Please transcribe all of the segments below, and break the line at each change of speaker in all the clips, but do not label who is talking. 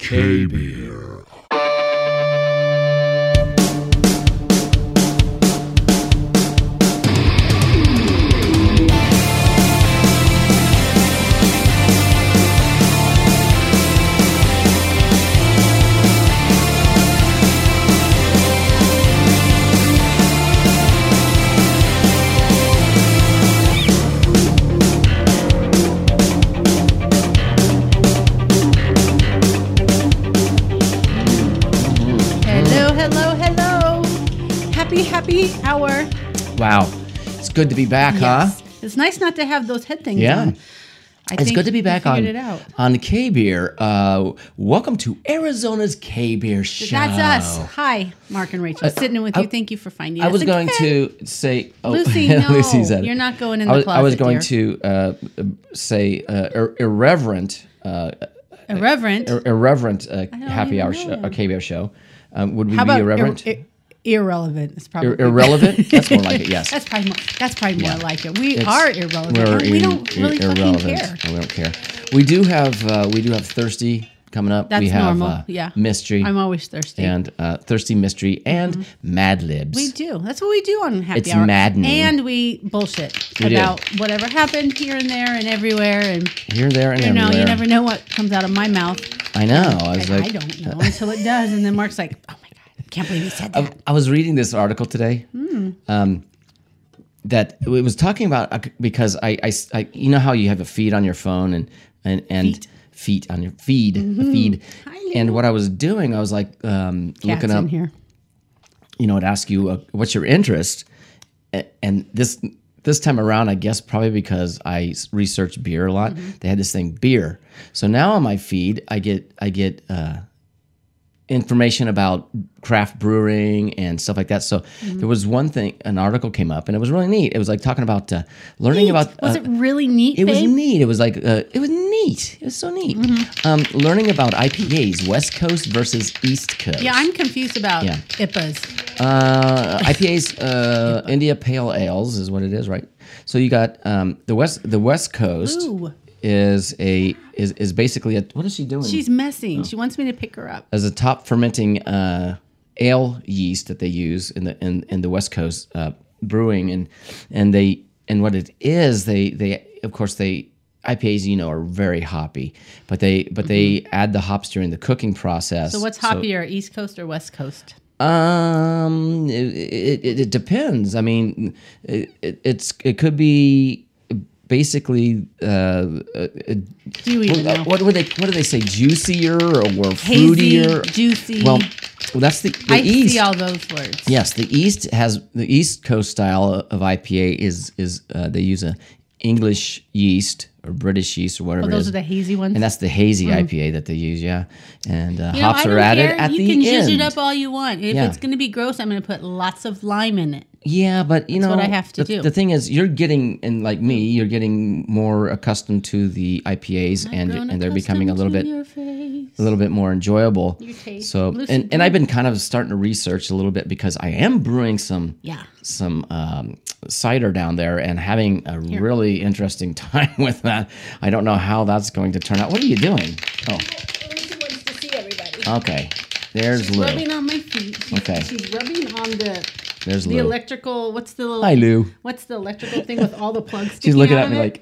K Beer.
Hello, hello, hello. Happy, happy hour.
Wow. It's good to be back, huh?
It's nice not to have those head things
Yeah.
on. I
It's good to be back on
Figured it out.
on K Beer. Uh, welcome to Arizona's K Beer show.
That's us. Hi, Mark and Rachel. Sitting in with you. Thank you for finding
Uh, I
us
was going
again.
to say, oh,
Lucy, no.
Lucy's at it.
You're not going in
I
the
was, I was
closet,
going to uh, say uh, ir- irreverent, uh,
irreverent.
ir- irreverent uh, happy
even know
hour show,
him.
uh, K Beer show. Um, would we
How
be
about ir-
irreverent?
ir- irrelevant? It's probably
Ir- irrelevant? That's more like it. Yes.
That's probably more, that's probably more like it. We
It's-
are irrelevant.
we're
and we
ir-
don't really
ir-
fucking
irrelevant.
care.
We don't care. We do have uh, we do have thirsty coming up.
That's
we have
normal.
Uh,
Yeah.
mystery.
I'm always thirsty.
and uh, thirsty mystery and Mad Libs.
We do. That's what we do on Happy
It's
Hour.
maddening.
And we bullshit
We do.
about whatever happened here and there and everywhere. And
Here, there, and
you know,
everywhere.
you never know what comes out of my mouth.
I know. I was
And I
like, uh,
don't know until it does. And then Mark's like, oh my God, I can't believe he said that.
I was reading this article today. Um,
Hmm.
that it was talking about uh, because I, I, I- you know how you have a feed on your phone and and and feet, on your feed
Mm-hmm.
a feed and what I was doing I was like um,
Cat's
looking up
in here.
you know, it asks you uh, what's your interest, A- and this this time around, I guess probably because I s- researched beer a lot,
Mm-hmm.
they had this thing beer. So now on my feed, I get I get uh, information about craft brewing and stuff like that. So
Mm-hmm.
there was one thing, an article came up, and it was really neat. It was like talking about uh, learning about
Was
uh,
it really neat,
it was
babe?
neat. It was like uh, it was neat. It was so neat.
Mm-hmm.
Um, learning about IPAs, West Coast versus East Coast.
yeah, I'm confused about
Yeah.
IPAs.
Uh, IPAs, uh, India Pale Ales is what it is, right? So you got um, the west. The West Coast
Ooh.
is a is, is basically a what is she doing?
She's
Oh.
messing. She wants me to pick her up.
as a top fermenting uh, ale yeast that they use in the in, in the West Coast uh, brewing, and and they and what it is, they they of course they IPAs you know are very hoppy, but they but they add the hops during the cooking process.
Mm-hmm. So what's hoppier, East Coast or West Coast?
Um, it, it, it depends. I mean, it, it, it's it could be basically uh,
Do you even know?
what would they what do they say juicier or
Hazy,
fruitier?
juicy.
Well, well, that's the, the
I
East.
see all those words.
Yes, the East has the East Coast style of IPA is is uh, they use a English yeast or British yeast or whatever.
Oh,
it
those
is.
are the hazy ones.
and that's the hazy IPA that they use, yeah. And uh,
You know,
hops
I
are
don't
added
care.
at
you
the
can
end.
jizz it up all you want. If
Yeah.
it's going to be gross, I'm going to put lots of lime in it.
Yeah, but you know
what I have to
the,
do.
The thing is, you're getting and like me, you're getting more accustomed to the IPAs, and
Grown
and they're becoming a little
accustomed
bit
to your face.
a little bit more enjoyable.
taste.
So
Loosen
and, and I've been kind of starting to research a little bit because I am brewing some
Yeah.
some um, cider down there and having a really interesting time with that. I don't know how that's going to turn out. What are you doing? Oh,
Lucy wants to see everybody.
okay. There's
She's
Lou.
rubbing on my feet. She's,
Okay.
She's rubbing on the
There's
the
Lou.
electrical. What's the little,
Hi, Lou.
What's the electrical thing with all the plugs?
She's
sticking
looking
out of
at me
it?
like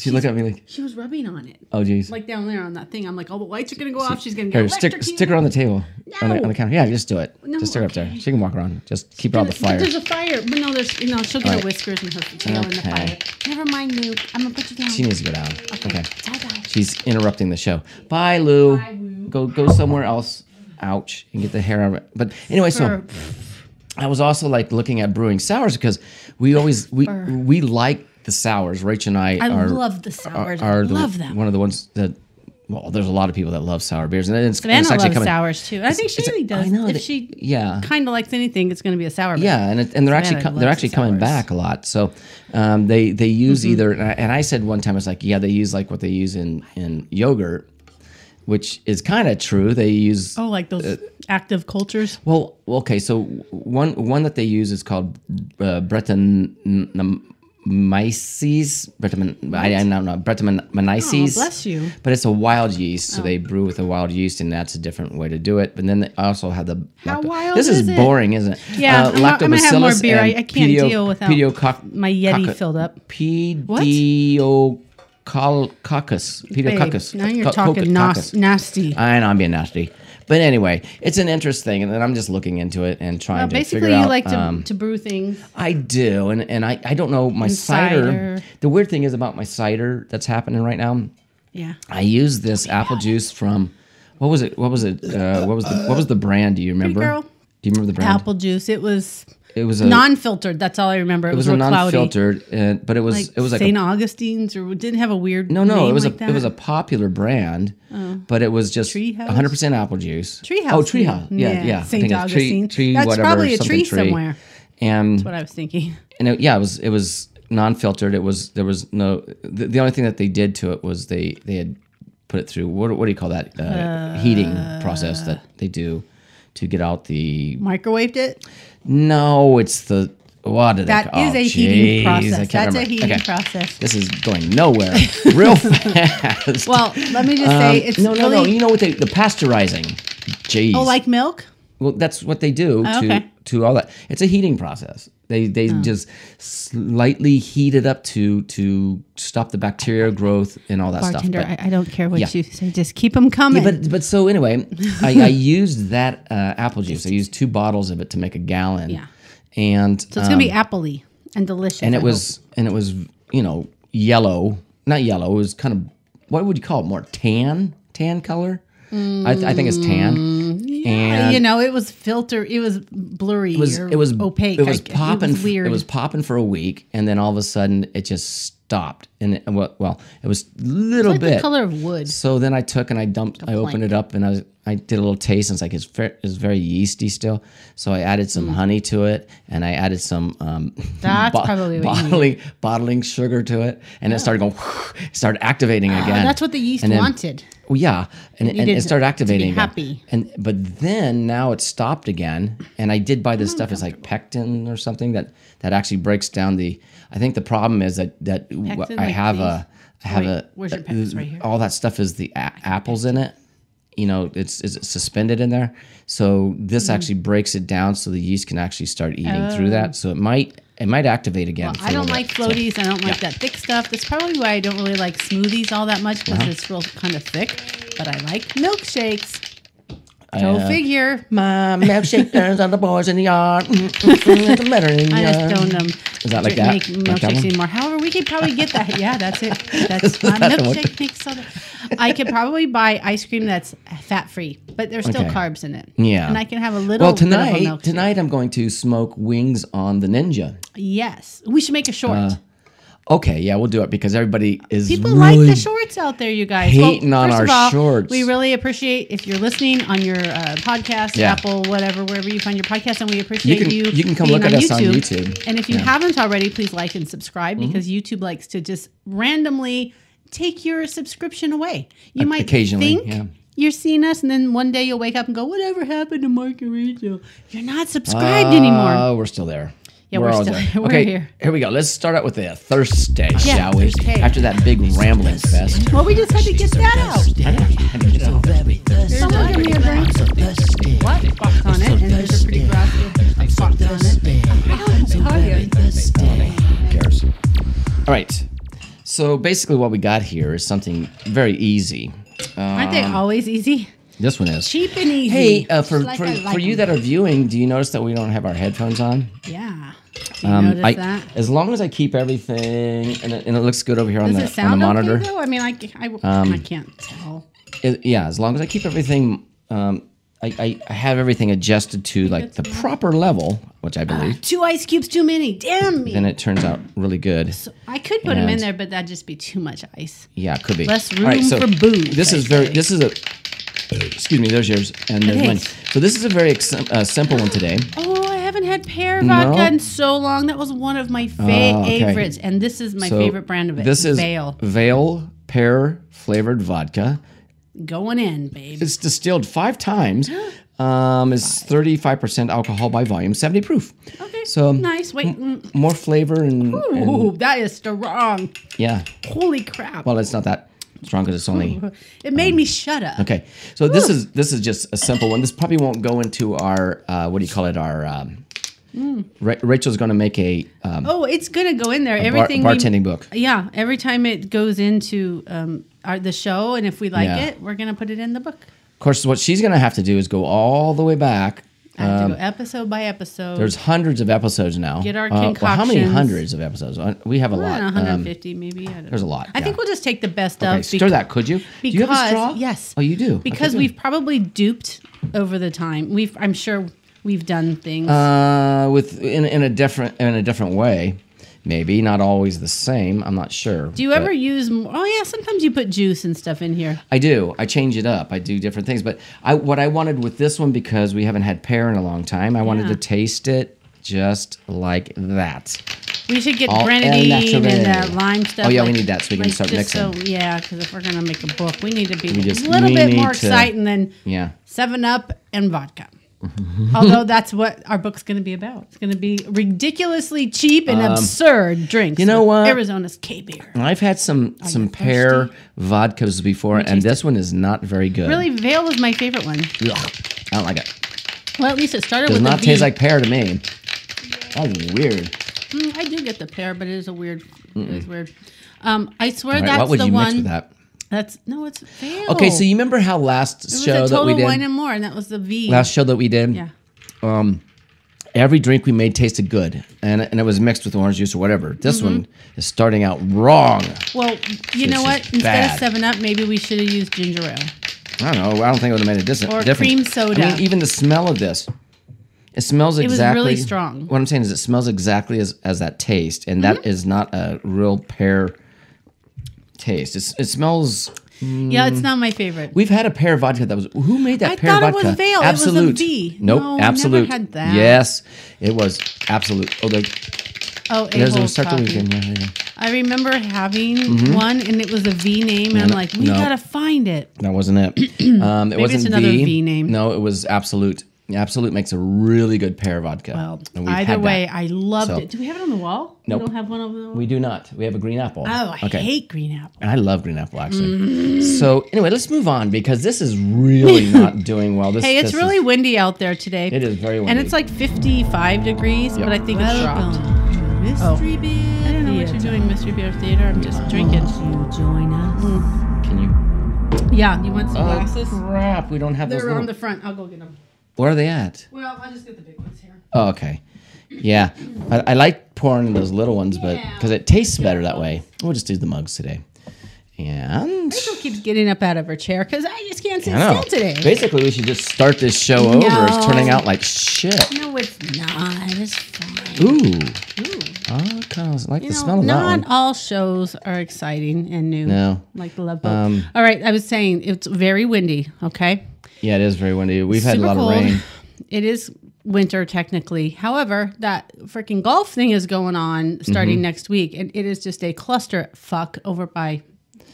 she's looking at me like
she was rubbing on it,
oh geez.
like down there on that thing. I'm like, oh, the lights are gonna go off. She's gonna get
Here, stick
electrocuted.
stick her on the table on, the,
No.
on the counter. Yeah, just do it.
No,
just stick her up there.
okay.
She can walk around. Just keep her on the
But
fire.
There's a fire, but no, there's no. She'll get her
right.
whiskers and her tail in the
Okay.
fire. Never mind, Luke. I'm gonna put you down.
She needs to go down. Okay.
Bye bye.
She's interrupting the show. Bye, Lou. Go go somewhere else. Ouch, and get the hair out. of it. But anyway, so I was also like looking at brewing sours because we always we we like the sours. Rach and I,
I
are,
love the sours. I
are the-
love them.
One of the ones that well, there's a lot of people that love sour beers, and it's,
Vanna
it's actually
loves
coming.
sours too. I think she really does.
I know
if
that-
she
yeah.
kind of likes anything, it's going to be a sour. beer.
Yeah, and it, and they're actually
Savannah
co- they're
loves
actually
its
coming
hours.
back a lot. So um, they they use either and I, and I said one time it's like yeah they use like what they use in in yogurt, which is kind of true. They use
Oh, like those
Uh,
active cultures.
well okay so one one that they use is called uh, Breton Brettanomyces. Brettanom- I, I don't know. Brettanomyces.
Oh, bless you. Oh.
But it's a wild yeast, so they brew with a wild yeast, and that's a different way to do it. But then they also have the.
How wild
This is
is it?
boring, isn't it? Uh,
Yeah, I'm not- I'm gonna have more
lactobacillus
beer. I-
and
I can't deal without
pediococ-
My Yeti
cock-
filled up.
Pediococcus. Pediococcus.
Babe, now you're
Co-
talking
coccus.
nas- nasty.
I know I'm being nasty, but anyway, it's an interesting, and then I'm just looking into it and trying to
Basically,
figure
you
out.
like to,
um,
to brew things.
I do, and and I I don't know my cider.
cider.
The weird thing is about my cider that's happening right now.
Yeah.
I use this
Oh,
apple juice from what was it? What was it? Uh, what was the what was the brand? Do you remember?
Girl.
Do you remember the brand?
Apple juice. It was
It was a
non-filtered. That's all I remember. It,
it was
was,
a
real cloudy.
non-filtered, uh, but it was it was like a
St. Augustine's or didn't have a weird
No, no,
name
it was
like
a
that. Oh.
it was a popular brand, but it was just
Treehouse?
100 percent apple juice.
Treehouse,
Oh, treehouse.
yeah.
Yeah, yeah.
Yeah,
I
Saint
think it's tree-
Augustine.
Tree,
That's
whatever,
probably a
something
tree somewhere.
And
what I was thinking.
and it, yeah, it was it was non-filtered. It was there was no the, the only thing that they did to it was they they had put it through what what do you call that uh, heating process that
Uh.
they do to get out the
Microwaved it.
no, it's the what did
That is
they,
a
oh,
heating
jeez, I
process.
can't
That's a
remember.
heating
Okay.
process.
This is going nowhere real fast.
Well, let me just say it's
Um, no, no,
really
no. You know what they the pasteurizing. Jeez.
oh, like milk.
well, that's what they do to
okay. Oh.
to all that. It's a heating process. They they just slightly heat it up to to stop the bacterial growth and all that
Bartender,
stuff. But,
I, I don't care what
Yeah.
you say. Just keep them coming.
but but so anyway, I, I used that uh, apple juice. I used two bottles of it to make a gallon.
Yeah.
And
so it's gonna be appley and delicious.
um, and
I
it
hope.
was and it was you know yellow not yellow it was kind of what would you call it more tan tan color I, th- I think it's tan and
Mm, you know it was filter. It was blurry.
it was
or
it was
opaque.
it
I
was
guess.
popping
It
f-
was weird.
it was popping for a week and then all of a sudden it just stopped and it, well, well it was a little
like
bit
the color of wood.
so then I took and I dumped. I opened it up and I was, I did a little taste. And it's like it's very, it's very yeasty still. So I added some honey to it and I added some um,
Hmm. That's probably what you need.
bottling bottling sugar to it, and it started going. it started activating again.
Ah, That's what the yeast
And then-
wanted.
Well, yeah, and, and
needed
it started
to be
activating. again.
happy.
And but then now it stopped again, and I did buy
Hmm,
this stuff. It's like pectin or something that that actually breaks down the. I think the problem is that that w-
Pectin,
I
like
have
these?
a I have
Wait,
a
where's your pectin? It's right here.
all that stuff is the a- apples in it. You know, it's, it's suspended in there. So this
Hmm.
actually breaks it down, so the yeast can actually start eating through that. So it might it might activate again. for a
Oh. I don't
little
like
bit.
floaties. I don't like that thick stuff. That's probably why I don't really like smoothies all that much
Uh-huh.
because it's real kind of thick. But I like milkshakes. Go
uh,
figure.
My milkshake turns on the boys in the yard. Mm, mm, mm, it's a matter in the
I
yard.
just don't um,
Is that like
drink-
that?
make
Like that
milkshakes
one?
anymore. However, we could probably get that. Yeah, that's it. That's my
that the one?
milkshake makes soda. I could probably buy ice cream that's fat free, but there's still
Okay.
carbs in it.
Yeah.
and I can have a little.
Well,
bit of a
tonight,
milkshake.
tonight I'm going to smoke wings on the ninja.
Yes, we should make a short.
Uh, Okay, yeah, we'll do it because everybody is
People
really,
like the shorts out there, you guys.
hating on
first
our
of all,
shorts.
We really appreciate if you're listening on your uh, podcast,
Yeah.
Apple, whatever, wherever you find your podcast, and we appreciate
You
you.
can- you can come
being
look at us on YouTube. Mm-hmm.
And if you haven't already, please like and subscribe because YouTube likes to just randomly take your subscription away. You might
occasionally,
think
yeah.
you're seeing us, and then one day you'll wake up and go, "Whatever happened to Mark and Rachel? You're not subscribed anymore."
Oh, we're still there.
Yeah, we're
always
still- we're
okay,
here.
Here we go. Let's start out with a Thursday, shall we?
Thursday.
After that big rambling fest.
Well, we just had to get that out. There's a lot in your brain. What? Fox on it, and there's a pretty grassy fox on it.
Who cares? All right. So basically, what we got here is something very easy.
Aren't they always easy?
This one is.
Cheap and easy.
Hey, uh, for,
Just like
for,
I like
for you
'em.
that are viewing, do you notice that we don't have our headphones on?
Yeah. Do you notice
Um, I,
that?
As long as I keep everything and it, and it looks good over here on
Does
the,
it sound
on the monitor. Um,
okay, though? I mean, I, c- I, I can't tell.
it- yeah, as long as I keep everything, um, I, I, I have everything adjusted to like the proper level, which I believe,
Two ice cubes too many. Damn me.
then it turns out really good.
I could put them in
And-
there, but that'd just be too much ice.
Yeah, it could be.
Less
All right,
room
so
for booze,
This is
I
very.
say.
This is a. Excuse me. There's yours and there's mine.
Thanks.
So this is a very ex- uh, simple one today.
Oh, I haven't had pear vodka
No?
in so long. That was one of my
Oh, okay.
favorites, and this is my
So
favorite brand of it.
This is
Vale.
Vale pear flavored vodka.
Going in, babe.
It's distilled five times. Um, is 35% alcohol by volume, 70 proof.
Okay.
So
nice. Wait, mm.
more flavor and, and-
ooh, that is strong.
yeah.
Holy crap!
Well, it's not that strong because it's only
it made me shut up.
okay. So this is this is just a simple one. This probably won't go into our uh, what do you call it? Our um,
Mm.
Ra- Rachel's going to make a um,
Oh, it's gonna go in there.
bar-
Everything we-
bartending book.
Yeah, every time it goes into um, our, the show, and if we like
Yeah.
it, we're gonna put it in the book.
Of course, what she's going to have to do is go all the way back.
I have to go episode by episode.
Um, There's hundreds of episodes now. Uh,
Get our
well, how many
concoctions.
hundreds of episodes? Uh, We have a
I don't know,
lot. Um,
150 maybe. I don't know.
there's a lot,
I
yeah.
think we'll just take the best
okay,
of.
stir
bec-
that, could you?
Because
do you have a straw?
yes.
Oh, you do. Okay,
Because
good.
we've probably duped over the time. We've I'm sure we've done things.
uh, with in, in a different in a different way, maybe not always the same. I'm not sure.
Do you ever use? More, oh yeah, sometimes you put juice and stuff in here.
I do. I change it up. I do different things. But I what I wanted with this one because we haven't had pear in a long time. I wanted
Yeah.
to taste it just like that.
We should get
All
grenadine
el
and that
natural.
lime stuff.
Oh, yeah, we need that so we can start
just
mixing.
So, yeah, because if we're gonna make a book, we need to be
just-
a little
we
bit
need
more
to-
exciting than
Yeah.
Seven Up and vodka. Although that's what our book's going to be about. It's going to be ridiculously cheap and absurd drinks.
Um, you know
with
what?
Arizona's K beer.
And I've had some some pear vodkas before, and this one is not very good.
Really, Vale was my favorite one.
Ugh, I don't like it.
Well, at least it started
Does
with a
not
V.
taste like pear to me. That's weird.
Mm, I do get the pear, but it is a weird. It is weird. Um, I swear
All right,
that's
what would
the
you
one.
mix with that?
That's no, it's Vale.
Okay, so you remember how last
it was
show
a
that
total
we did?
wine and more, and that was the V.
last show that we did,
yeah.
every drink we made tasted good, and and it was mixed with orange juice or whatever. This
Mm-hmm.
one is starting out wrong.
Well, you know
is
what? Instead
bad.
of Seven Up, maybe we should have used ginger ale.
I don't know. I don't think it would have made a dis-
Or
difference.
cream soda.
I mean, even the smell of this, it smells
was
exactly.
really strong. Mm-hmm.
What I'm saying is, it smells exactly as, as that taste, and that is not a real pear taste. It's, it smells.
Yeah,
Mm.
it's not my favorite.
We've had a pear vodka that was. Who made that
I
pear
thought it was
vodka?
Vail. It was a
Absolute.
V.
Nope.
No, I never
absolute.
had that.
Yes, it was absolute. Oh, there,
oh,
there's
Abel's
start
coffee.
the weekend. Yeah, yeah, yeah.
I remember having one, and it was a V name, and I'm like, we
Mm-hmm. no.
gotta find it.
That wasn't it. Um, it
Maybe it's
wasn't
another
the-
V name.
No, it was Absolute. Absolute makes a really good pear vodka.
Well,
And we've
either
had that.
way, I loved
So-
it. Do we have it on the wall?
Nope.
We don't have one over the wall.
we do not. We have a green apple.
oh, I hate Mm. green apple.
And I love green apple actually. So anyway, let's move on because this is really not doing well. This
Hey, it's
this
really
Is,
windy out there today.
it is very. Windy.
and it's like 55 degrees, but I think it's dropped. Oh.
Mystery Beer
I don't know what you're doing, Mystery Beer Theater. I'm just drinking.
You join us.
Can you?
Yeah, you want some glasses?
Oh, crap! We don't have those.
They're
Little,
on the front. I'll go get them.
Where are they at?
Well, I'll just get the big ones here.
Oh, okay. Yeah, I, I like pouring those little ones, but because it tastes better that way. We'll just do the mugs today. And
Rachel keeps getting up out of her chair because I just can't sit
I know.
still today.
Basically, we should just start this show over. It's turning out like shit.
No, it's not. It's fine.
Ooh. I kind of like the
You know,
smell of that
not
one.
all shows are exciting and new.
No. Um,
Like the Love Boat. all right, I was saying it's very windy, okay?
Yeah, it is very windy. We've had a
Super
lot
cold.
of rain.
It is winter technically. However, that freaking golf thing is going on starting
Mm-hmm.
next week, and it is just a cluster fuck over by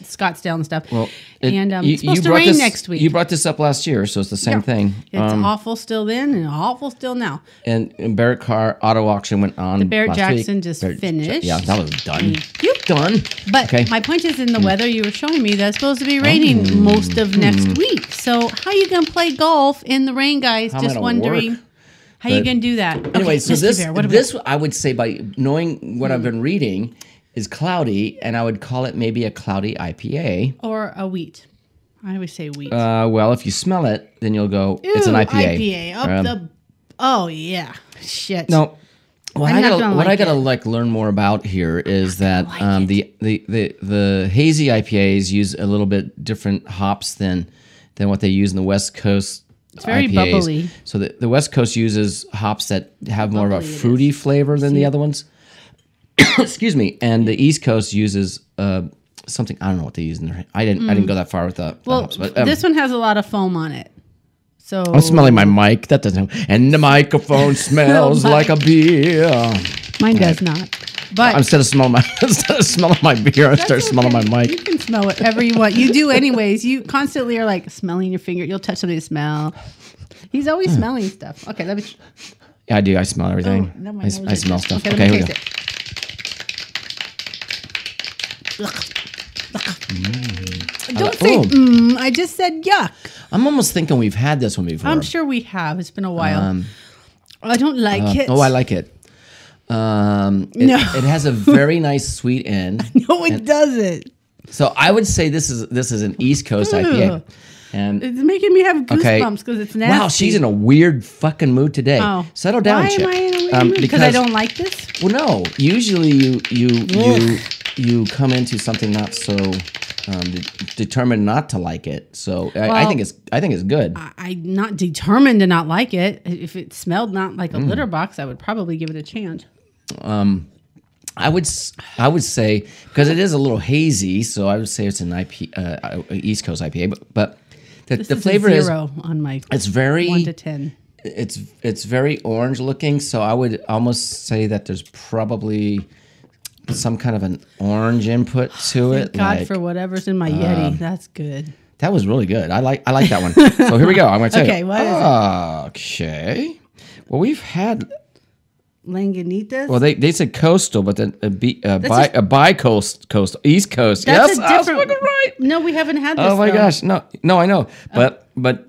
Scottsdale and stuff.
Well, it-
and um,
you-
it's supposed
you
to
brought
rain
this-
next week.
You brought this up last year, so it's the same thing.
it's
Um,
awful still then and awful still now.
and, and Barrett Carr auto auction went on. The
Barrett Jackson just finished. Mm.
Yeah, that was done.
You
Done.
But
Okay. Mm. Oh.
my point is, in the weather you were showing me, that's supposed to be raining most of
Mm.
next week. So how you gonna play golf in the rain, guys?
am I
Just
gonna
wondering
work?
how you
But-
gonna do that.
Anyway,
Okay,
so
Mr.
this
Bear, what about- Mm.
this I would say by knowing what I've been reading is cloudy, and I would call it maybe a cloudy IPA.
or a wheat. I always say wheat.
Uh, well, if you smell it, then you'll go. it's
Ooh,
an IPA.
up
Um,
the. Oh yeah, shit.
No. What
I'm
I
not
gotta,
gonna
what I
like
gotta
it.
like learn more about here is that um, the, the the the hazy IPAs use a little bit different hops than than what they use in the West Coast. It's
very
IPAs.
bubbly.
So the, the West Coast uses hops that have more of a
Bubbly it is.
fruity flavor than the other ones. Excuse me. And the East Coast uses uh, something I don't know what they use in there. I didn't I didn't go that far with the, the
well,
hops. But, um,
this one has a lot of foam on it. So
I'm smelling my mic. That doesn't help. And the microphone smells
my-
like a beer.
mine does not. But
Instead of smelling my instead of smelling my beer, I start
That's
smelling my
okay. You
mic.
can smell whatever you want. You do anyways. You constantly
Hmm.
are like smelling your finger. You'll touch something to smell. He's always smelling stuff. Okay, let me.
Yeah, I do. I smell everything.
Oh, no, my
I, s-
nose
I
is
smell
just-
stuff.
Okay,
Okay,
let me
here we go.
taste it.
Don't say.
oh.
Mm, I just said yuck.
I'm almost thinking we've had this one before.
I'm sure we have. It's been a while. I don't like it.
Um, Oh, I like it. Um, it,
No.
it has a very nice sweet end.
No, it doesn't.
So I would say this is this is an East Coast IPA. And
Mm. It's making me have
okay,
goosebumps because it's nasty.
Wow, she's in a weird fucking mood today.
Oh.
Settle down,
Why
chick.
am I in a weird
Um,
mood? Because I don't like this.
Well, no. Usually, you you you you come into something not so um, de- determined not to like it. So I, I
Well-
think it's I think it's good.
I- I'm not determined to not like it. If it smelled not like a
Mm.
litter box, I would probably give it a chance.
I would s- I would say because it is a little hazy, so I would say it's an IP uh, uh, East Coast IPA. But but the, the
This is a
flavor is
zero on my
it's very
one to ten.
it's it's very orange looking. So I would almost say that there's probably some kind of an orange input to it.
God
like- um,
for whatever's in my Yeti. That's good.
That was really good. I like I like that one. so here we go. I'm going to tell
Okay,
you.
what is it?
Okay. Well, we've had.
Langanitas.
Well, they, they said coastal, but then a, bi- a, bi,
just-
a bi coast coastal east coast.
That's
yes,
a
I was
different-
fucking right.
no, we haven't had this.
Oh my
though.
gosh. No, no, I know. But but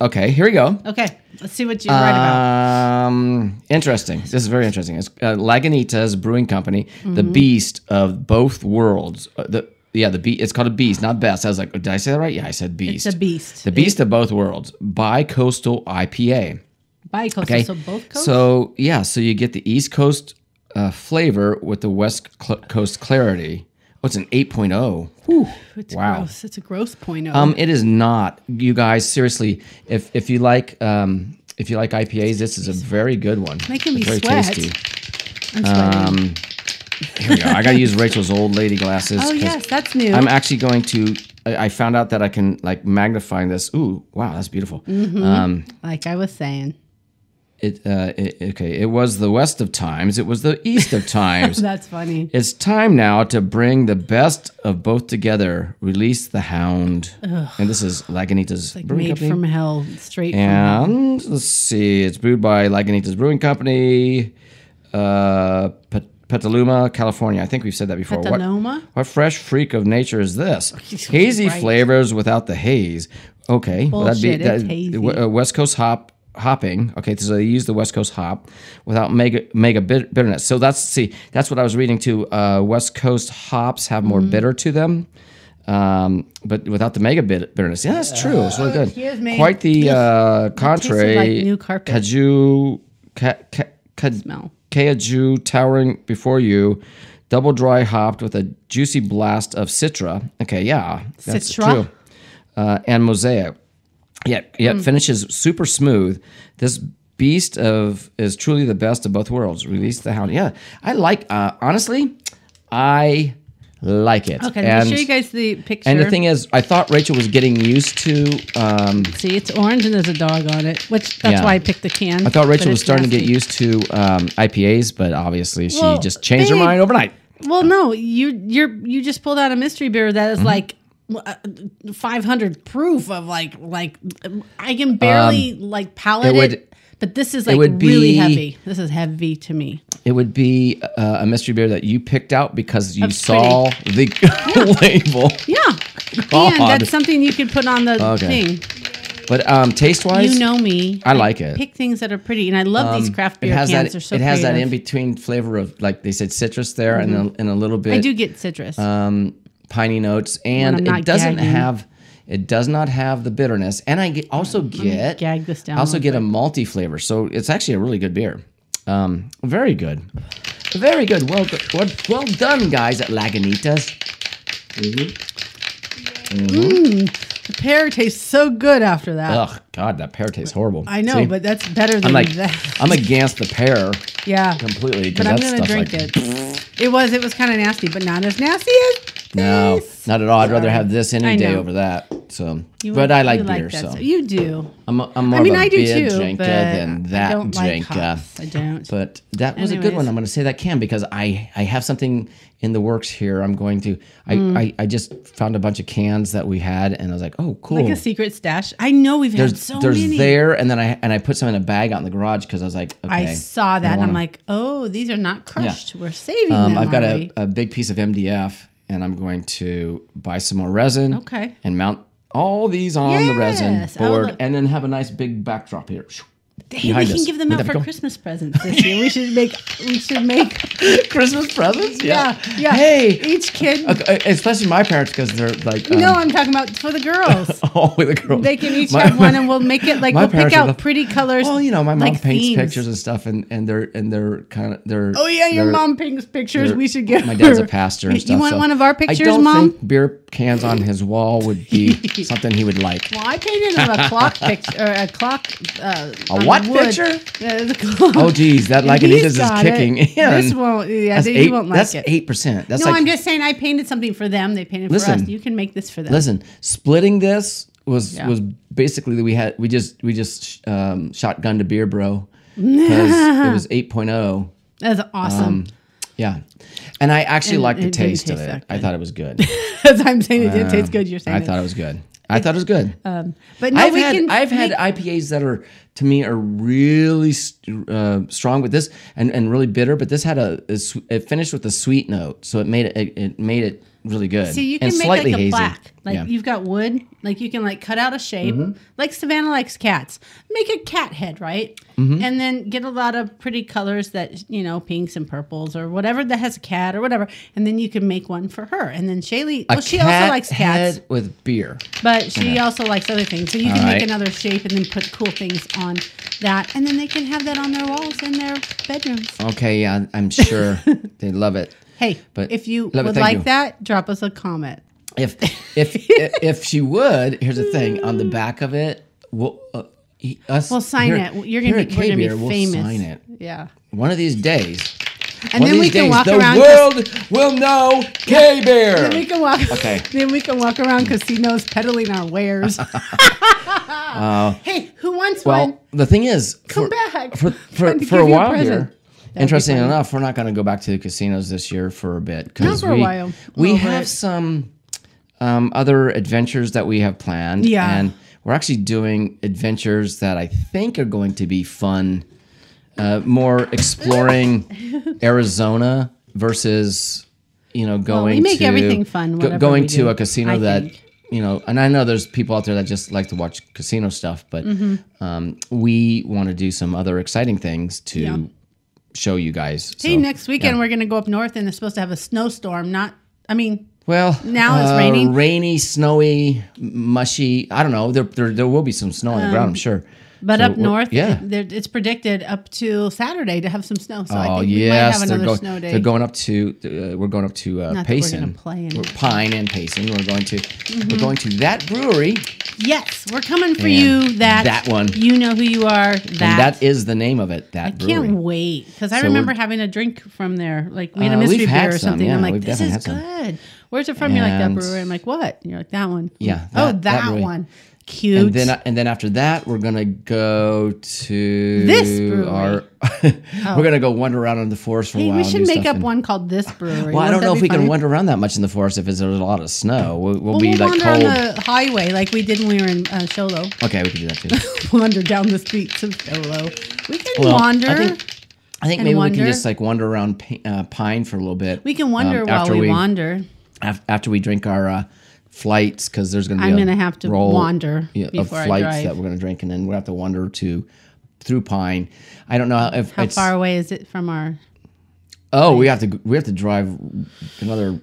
okay, here we go.
Okay, let's see what you're right
Uh,
about.
Um, interesting. This is very interesting. It's uh, Lagunitas Brewing Company, the
Mm-hmm.
beast of both worlds. Uh, the yeah, the be- it's called a beast, not best. I was like, did I say that right? Yeah, I said beast.
It's a beast.
The beast of both worlds, bi-coastal IPA.
Bicoastal,
Okay,
so both coasts.
So yeah, so you get the East Coast uh, flavor with the West cl- Coast clarity. Oh, it's an 8.0. Whew.
it's
wow.
gross. It's a gross point.
Um, it is not. You guys, seriously, if if you like um, if you like IPAs, this is a very good one.
Making me
It's very
sweat.
tasty.
I'm sweating.
um, Here we go. I gotta use Rachel's old lady glasses.
oh
'cause
yes, that's new.
I'm actually going to. I I found out that I can like magnifying this. Ooh, wow, that's beautiful.
Mm-hmm.
Um,
like I was saying,
it, uh, it okay. It was the west of times. It was the east of times.
that's funny.
It's time now to bring the best of both together. Release the hound. And this is Lagunitas
Made
Brewing Company.
from hell, straight from hell.
and let's see, it's brewed by Lagunitas Brewing Company, uh, Pet- Petaluma, California. I think we've said that before. What-
Petaluma?
What, fresh freak of nature is this? hazy
Right.
flavors without the haze. Okay, well,
Bullshit, it's hazy.
w- uh, West Coast hop hopping. Okay, so they use the West Coast hop without mega mega bit- bitterness. So that's see, that's what I was reading too. Uh, West Coast hops have
Mm-hmm.
more bitter to them. Um, but without the mega bit- bitterness, yeah, that's true. It's really good.
Oh, Excuse me.
Quite the uh, contrary.
like new carpet.
Kaju, ca, ca, ca,
Smell.
Kaju towering before you, double dry hopped with a juicy blast of citra. Okay, yeah, that's
Citra?
true. Uh, and mosaic. Yeah, yeah,
Mm.
finishes super smooth. This beast of is truly the best of both worlds. Release the hound. Yeah, I like. Uh, honestly, I like it.
Okay, let me show you guys the picture.
And the thing is, I thought Rachel was getting used to. Um,
See, it's orange and there's a dog on it, which that's
Yeah.
why I picked the can.
I thought Rachel was starting to get used to um, IPAs, but obviously she
Well,
just changed her
babe.
mind overnight.
Well, no, you you're you just pulled out a mystery beer that
Mm-hmm.
is like like five hundred proof of like like I can barely like palate it,
Um, it would-
but this is like
would
really
be-
heavy. This is heavy to me.
It would be uh, a mystery beer that you picked out because you
Of
saw the label.
Yeah, and
God.
that's something you could put on the
Okay.
thing.
But um, taste wise,
You know me.
I like it. Um,
Pick things that are pretty, and I love these craft
it
beer
has
cans.
that
They're so
it has that in
creative. Mm-hmm.
between flavor of like they said citrus there and, a, and a little bit
I do get citrus.
um, piney notes,
I'm
and
not
it doesn't
gagging.
have it does not have the bitterness. And I get, also get
gag this down
I also
real
get a malty flavor, so it's actually a really good beer. Um, very good, very good. Well, go- well, well done, guys at Lagunitas.
the pear tastes so good after that.
Ugh, God, that pear tastes horrible.
Uh, I know,
See?
but that's better than
I'm like
that.
I'm against the pear
Yeah.
completely.
But
'cause
I'm
that
gonna
stuff's
drink
like-
it. It was it was kind of nasty, but not as nasty as
No, not at all. I'd rather
Sorry.
have this any
I
day
know.
over that. So,
You-
but I like
you
beer,
that
so
stuff. you do.
I'm, a- I'm more
I mean,
of a
I do
beer
too,
drinker
but
than that
I don't like
drinker.
hops. I don't.
But that was a good
Anyways.
one. I'm going to say that can because I I have something in the works here. I'm going to I
Hmm.
I, I just found a bunch of cans that we had and I was like, oh cool.
like a secret stash. I know we've had
there's
so
there's
many.
there and then I and I put some in a bag out in the garage because I was like, okay.
I saw that and
wanna-
I'm like, oh, these are not crushed. We're saving
Um,
them.
I've got
are
a,
we?
a big piece of MDF and I'm going to buy some more resin.
Okay.
And mount all these on the resin
Yes, I would
board
love-
and then have a nice big backdrop here.
Hey, we
behind
can
us.
give them
Would
out
that be
for
cool?
Christmas presents this year. We should make. We should make.
Christmas presents?
Yeah, yeah.
Hey.
Each kid.
Okay, especially my parents because they're like. Um,
No, I'm talking about for the girls.
Oh, with a girl.
They can each
My-
have one, and we'll make it like
my
we'll pick
parents are
out
the-
pretty colors.
Well, you know, my mom
like
paints
themes.
pictures and stuff, and and they're and they're kind of they're.
Oh yeah, your
they're-
mom paints pictures.
they're-
We should get
My dad's a
her-
pastor
You
and stuff.
want
so
one of our
I
pictures,
don't
mom?
think beer cans on his wall would be something he would like.
Well, I painted him a clock picture, or a clock. Uh, on
what
the wood.
picture?
Yeah, the clock.
Oh, geez, that
And
like
he's
is
got
kicking
It.
in.
This won't. Yeah,
that's
they,
eight,
you won't like
that's
it.
eight percent. That's
no,
like
I'm just saying I painted something for them. They painted for
Listen.
us. You can make this for them.
Listen, splitting this was
Yeah.
was basically that we had we just we just um, shotgun to beer, bro. 'Cause it was oh. 8.0.
That's
Um,
awesome.
Yeah, and I actually liked the
it didn't
taste of
taste
it.
that
I thought it was good.
As I'm saying, it did taste good. You're saying
uh, I
it.
thought it was good. I thought it was good.
but no,
I've
Um, we
had
can.
I've had uh, IPAs that are to me are really st- uh, strong with this and, and really bitter, but this had a, a sw- it finished with a sweet note, so it made it it, it made it really good.
So you
and
can make like
slightly
a
hazy.
plaque. Like
yeah. Mm-hmm.
you've got wood. Like you can like cut out a shape. Like Savannah likes cats. Make a cat head, right?
Mm-hmm.
And then get a lot of pretty colors that you know, pinks and purples or whatever that has a cat or whatever. And then you can make one for her. And then Shaylee, well,
A
she
cat
also likes cats,
head with beer.
but she also likes other things. So you can
right.
make another shape and then put cool things on that. And then they can have that on their walls in their bedrooms.
Okay, yeah, I'm sure they love it.
Hey,
But-
but if you
Love it,
would
thank
like
you.
that, drop us a comment.
If if if she would, here's the thing on the back of it. We'll, uh, he- us,
We'll sign
here-
it. You're gonna
here
be,
at
we're gonna be
K-Beer, we'll
famous.
sign it.
Yeah.
One of these days.
And
one
then
of
we
these
can
days,
walk
the
around.
world will know K
then we
Beer.
can walk.
Okay.
Then we can walk around casinos peddling our wares. hey, who wants one?
Uh, Well, the thing is,
Come
for,
back.
for, for,
Trying to
for
give
a
you
while
present.
here,
be
interesting
fun.
enough, we're not going to go back to the casinos this year for a bit. 'cause
Not for a
we,
while.
We
Over
have
it.
some um, other adventures that we have planned.
Yeah.
And we're actually doing adventures that I think are going to be fun, uh, more exploring Arizona versus, you know, going
make
to.
everything fun, whatever
going
we
to
do,
a casino
I
that.
think.
You know, and I know there's people out there that just like to watch casino stuff, but
Mm-hmm.
um, we want to do some other exciting things to
Yeah.
show you guys.
Hey,
so-
next weekend we're gonna go up north, and they're supposed to have a snowstorm. Not, I mean,
Well,
Now it's
uh,
raining.
rainy, snowy, mushy. I don't know. There, there, there will be some snow on the ground, I'm
Um,
sure.
but
So
up
we're-
north,
yeah.
it- there- it's predicted up to Saturday to have some snow. So I
Oh
think
yes,
we might have
they're
another
going.
snow day.
They're going up to. Uh, we're going up to uh,
that we're gonna
Payson.
play in
We're-
it. Mm-hmm.
Pine and Payson. We're going to. We're going to that brewery,
yes, we're coming for
And
you. That
that one.
You know who you are. That.
and that is the name of it. That
I
brewery.
can't wait because I
So
remember
we're-
having a drink from there. Like we had
Uh,
a mystery
we've had
beer or
some,
something.
yeah,
I'm like,
we've
this
definitely
is
had some.
good. Where's it from? You're like that
And-
brewery. I'm like, what? And you're like that one.
Yeah,
oh, that,
that- that brewery.
one. Cute.
And then, uh, and then after that, we're gonna go to
This brewery. Oh.
We're gonna go wander around in the forest for a
hey,
while.
we
and do
should make
stuff
up
and-
one called this brewery.
Well, I
Wouldn't
don't know
that
if
be
we can
funny?
wander around that much in the forest if there's a lot of snow. We'll, we'll
Well,
be
we'll
like
wander
cold.
on the highway like we did when we were in uh, Sholo.
Okay, we can do that too.
wander down the streets of Sholo. We can
Well,
wander.
I think, I think
and
maybe we can
wander.
just like wander around Pi- uh, Pine for a little bit.
we can wander
um,
while
after
we, wander.
af- after we drink our uh, flights because there's going to be.
I'm
a
gonna have to
roll,
wander
yeah, of
before I
flights
drive.
that we're going to drink, and then we're going to have to wander to through Pine. I don't know how- if
How
it's,
far away is it from our?
Oh, we have to g- we have to drive another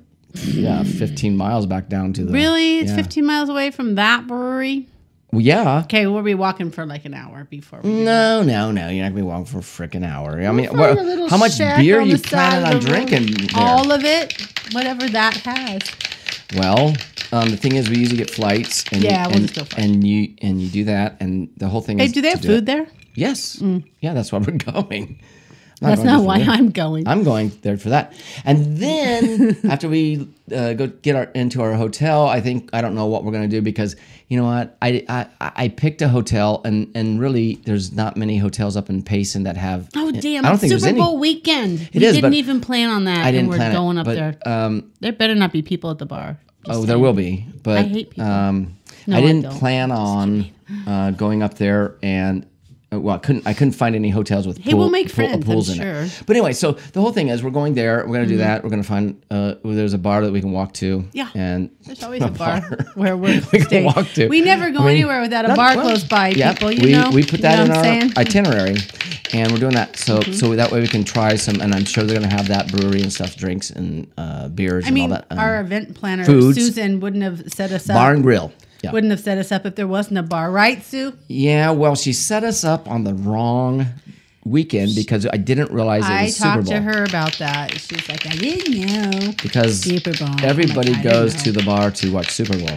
yeah 15 miles back down to the
Really, it's
yeah.
15 miles away from that brewery.
Well, yeah.
Okay, we'll be walking for like an hour before we.
No, no, no. You're not gonna be walking for a freaking hour. I mean,
find
what-
a little
how much
shack
beer
on
you
the side of
planning on
the road.
drinking there?
All of it, whatever that has.
Well, um, the thing is, we usually get flights, and
Yeah, we'll
and,
just go flight.
and you and you do that, and the whole thing
Hey,
is.
do they
to
have food
it.
there?
Yes. Yeah, that's why we're going.
That's
going to
not why
Korea.
I'm going.
I'm going there for that. And then after we uh, go get our into our hotel, I think I don't know what we're going to do because you know what I, I I picked a hotel and and really there's not many hotels up in Payson that have.
oh damn!
I don't
it's
think there's
Super
any.
Bowl weekend. we
is,
didn't
but
even plan on that,
I didn't
and we're
plan it,
going up
but,
there.
Um,
there better not be people at the bar. Just
oh,
saying.
there will be, but
I hate people.
Um,
No,
I
I
didn't
don't.
plan on uh, going up there and. uh, Well, I couldn't. I couldn't find any hotels with.
Hey, we'll make friends, I'm
Pools in
sure. Mm-hmm.
it. But anyway, so the whole thing is, we're going there. We're going to do that. We're going to find. Uh, well, there's a bar that we can walk to.
Yeah.
And
There's always a bar where we're
we can
staying.
walk to.
We never go
I mean,
anywhere without a
not-
bar
well,
close by,
yeah,
people. You
we,
know,
we put
You
that
know
in
what
our
I'm saying? Mm-hmm.
itinerary, and we're doing that so so that way we can try some. And I'm sure they're going to have that brewery and stuff, drinks and uh, beers
I
and
mean,
all that. um,
our uh, event planner
foods.
Susan wouldn't have set us up.
bar and grill. Yeah.
Wouldn't have set us up if there wasn't a bar, right, Sue?
yeah. Well, she set us up on the wrong weekend because I didn't realize it
I
was Super
talked
Bowl.
to her about that. She's like, I didn't know.
because
Super Bowl. I'm like,
everybody
I don't
goes
know.
to the bar to watch Super Bowl.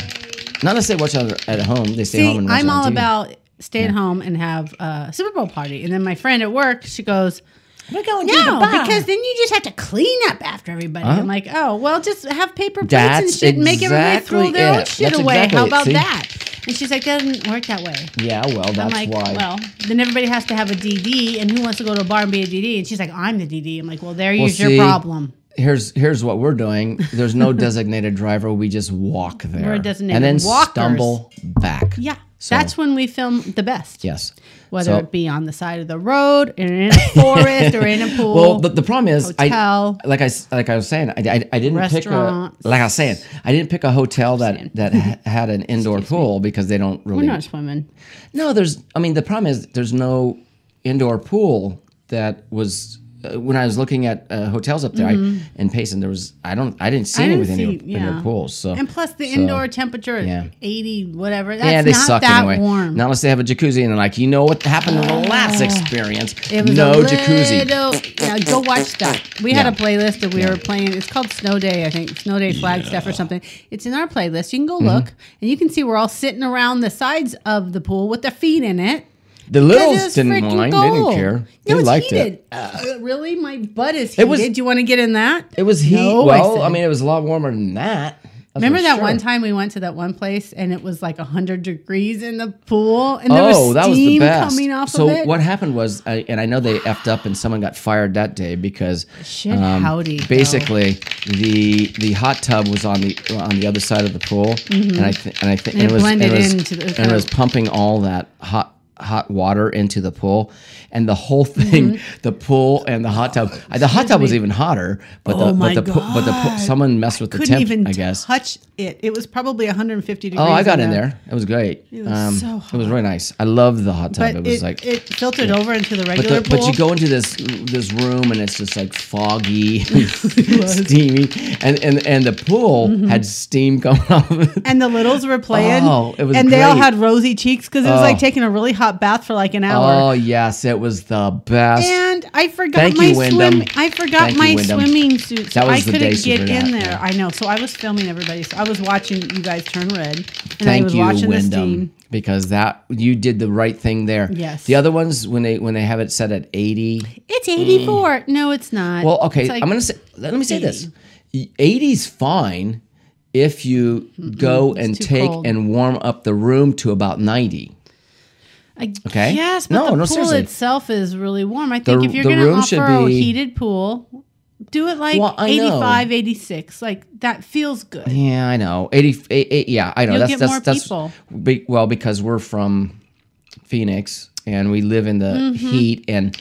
Not unless they watch it at home. They stay home
See,
and watch
I'm
it on
all
TV.
about stay at home and have a Super Bowl party. And then my friend at work, she goes,
We're going to the
No,
bar.
because then you just have to clean up after everybody. I'm like, oh, well, just have paper plates and
That's
shit and make everybody throw
exactly
their own
it.
shit
That's
away.
exactly
How
it,
about
see?
that? And she's like, that doesn't work that way.
Yeah, well, that's
I'm like,
why.
well, then everybody has to have a DD, and who wants to go to a bar and be a DD? And she's like, I'm the DD. I'm like, well, there is
see,
your problem.
here's here's what we're doing. There's no designated driver. We just walk there.
We're designated
and then
walkers.
stumble back.
Yeah,
So-
that's when we film the best.
Yes.
Whether
So-
it be on the side of the road, or in a forest, or in a pool.
Well, the, the problem is,
hotel.
I like I s- like I was saying, I, I, I didn't pick a
Restaurants.
like I was saying, I didn't pick a hotel that that ha- had an indoor pool because they don't
we're
really.
not swimming.
No, there's. I mean, the problem is there's no indoor pool that was. Uh, when I was looking at uh, hotels up there I, in Payson, there was I don't I didn't
Mm-hmm.
see
I
any
didn't
with indoor,
see-
indoor
yeah.
pools. So
And plus, the
so-
indoor temperature,
yeah.
eighty whatever. That's
yeah, they
not
suck
that
anyway.
warm. Oh.
Not unless they have a jacuzzi and like you know what happened in the last experience.
It was
no
a
jacuzzi.
little- Now go watch that. We
Yeah.
had a playlist that we were playing. It's called Snow Day, I think. Snow Day Flagstaff or something. It's in our playlist. You can
Mm-hmm.
go look, and you can see we're all sitting around the sides of the pool with their feet in it.
The
That
littles
is
didn't
freaking
mind. They
gold.
didn't care. they
No, it's
liked
heated.
it.
Uh, really, my butt is heated.
It was-
Do you want to get in that?
It was heat.
No, I
well,
said.
I, mean, it was a lot warmer than that. That's for
Remember that
sure.
one time we went to that one place and it was like 100 degrees in the pool and there
oh,
was steam
that was the best.
coming off
so
of it?
what happened was, I, and I know they effed up, and someone got fired that day because
Shit, howdy, though.
Um, basically the the hot tub was on the on the other side of the pool, and I th- and I think
Mm-hmm.
and,
it
was and
blended
was,
into the-
and it was pumping all that hot hot water into the pool, and the whole thing,
Mm-hmm.
the pool and the hot tub. the hot tub was even hotter, but the
Oh my
but the pool- but the pool,
God.
someone messed with the
Couldn't
temp,
even
I guess.
touch it. It was probably 150 degrees.
Oh, I got in there. It was great. It
was so
It was really nice. I loved the hot tub.
But
it
it,
was like
it filtered over into the
but,
regular
the, but
pool.
you go into this this room and it's just like foggy, steamy, and and and the pool
Mm-hmm.
had steam coming off of it.
and the littles were playing.
Oh, it was
And they all
great.
had rosy cheeks because it was
Oh.
like taking a really hot bath for like an hour.
Oh yes, it was the best.
And I forgot
Thank
my
you, Wyndham.
swim. I forgot
Thank you,
my
Wyndham.
swimming suit, so
That was
I
the
couldn't
day she
get
forgot,
in there.
yeah.
I know, so I was filming everybody. So I was watching you guys turn red, and I
Thank
was
you,
watching the
Wyndham,
steam.
because that you did the right thing there.
Yes.
The other ones when they when they have it set at eighty,
It's eighty four. No, it's not.
Mm. Well, Oh, okay,
It's like-
I'm gonna say. Let me say this: eighty's fine if you go and
too
take
cold.
and warm up the room to about ninety.
I
Okay.
Yes, but
No,
the
no,
pool
seriously.
itself is really warm. I think
The-
if you're
the
going to
room should
offer a
be-
heated pool, do it like
Well, I know.
85, 86. Like that feels good.
Yeah, I know. 80, eh, eh, Yeah, I know.
You'll
that's
get
that's
more
that's
people.
Be, well because we're from Phoenix and we live in the heat and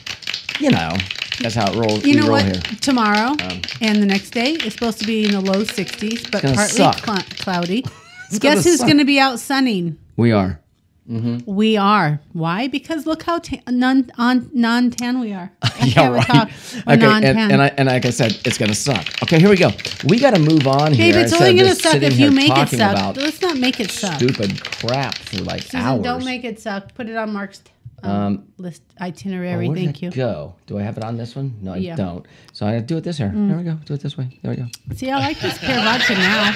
you know that's how it rolls.
Mm-hmm. You
we
know
roll
what?
here. Um,
Tomorrow and the next day is supposed to be in the low 60s, but
gonna
partly
suck.
cl- cloudy.
gonna
Guess who's
suck.
going to be out sunning?
We are.
We are. Why? Because look how ta- non on non tan we are. I
Yeah,
can't
right.
talk. We're
Okay, and,
non-tan.
and I and like I said, it's gonna suck. Okay, here we go. We got to move on here.
Babe, it's
instead
only going
of
to
just
suck
sitting
if
here
you make it
talking
suck.
about
Let's not make it suck.
stupid crap for like
Susan,
hours.
don't make it suck. Put it on Mark's um, list itinerary.
Where did
Thank
oh, it
you.
Go. Do I have it on this one? No, I
Yeah. Mm.
don't. So I do it this here. There we go. Do it this way. There we go.
See, I like this pear vodka now.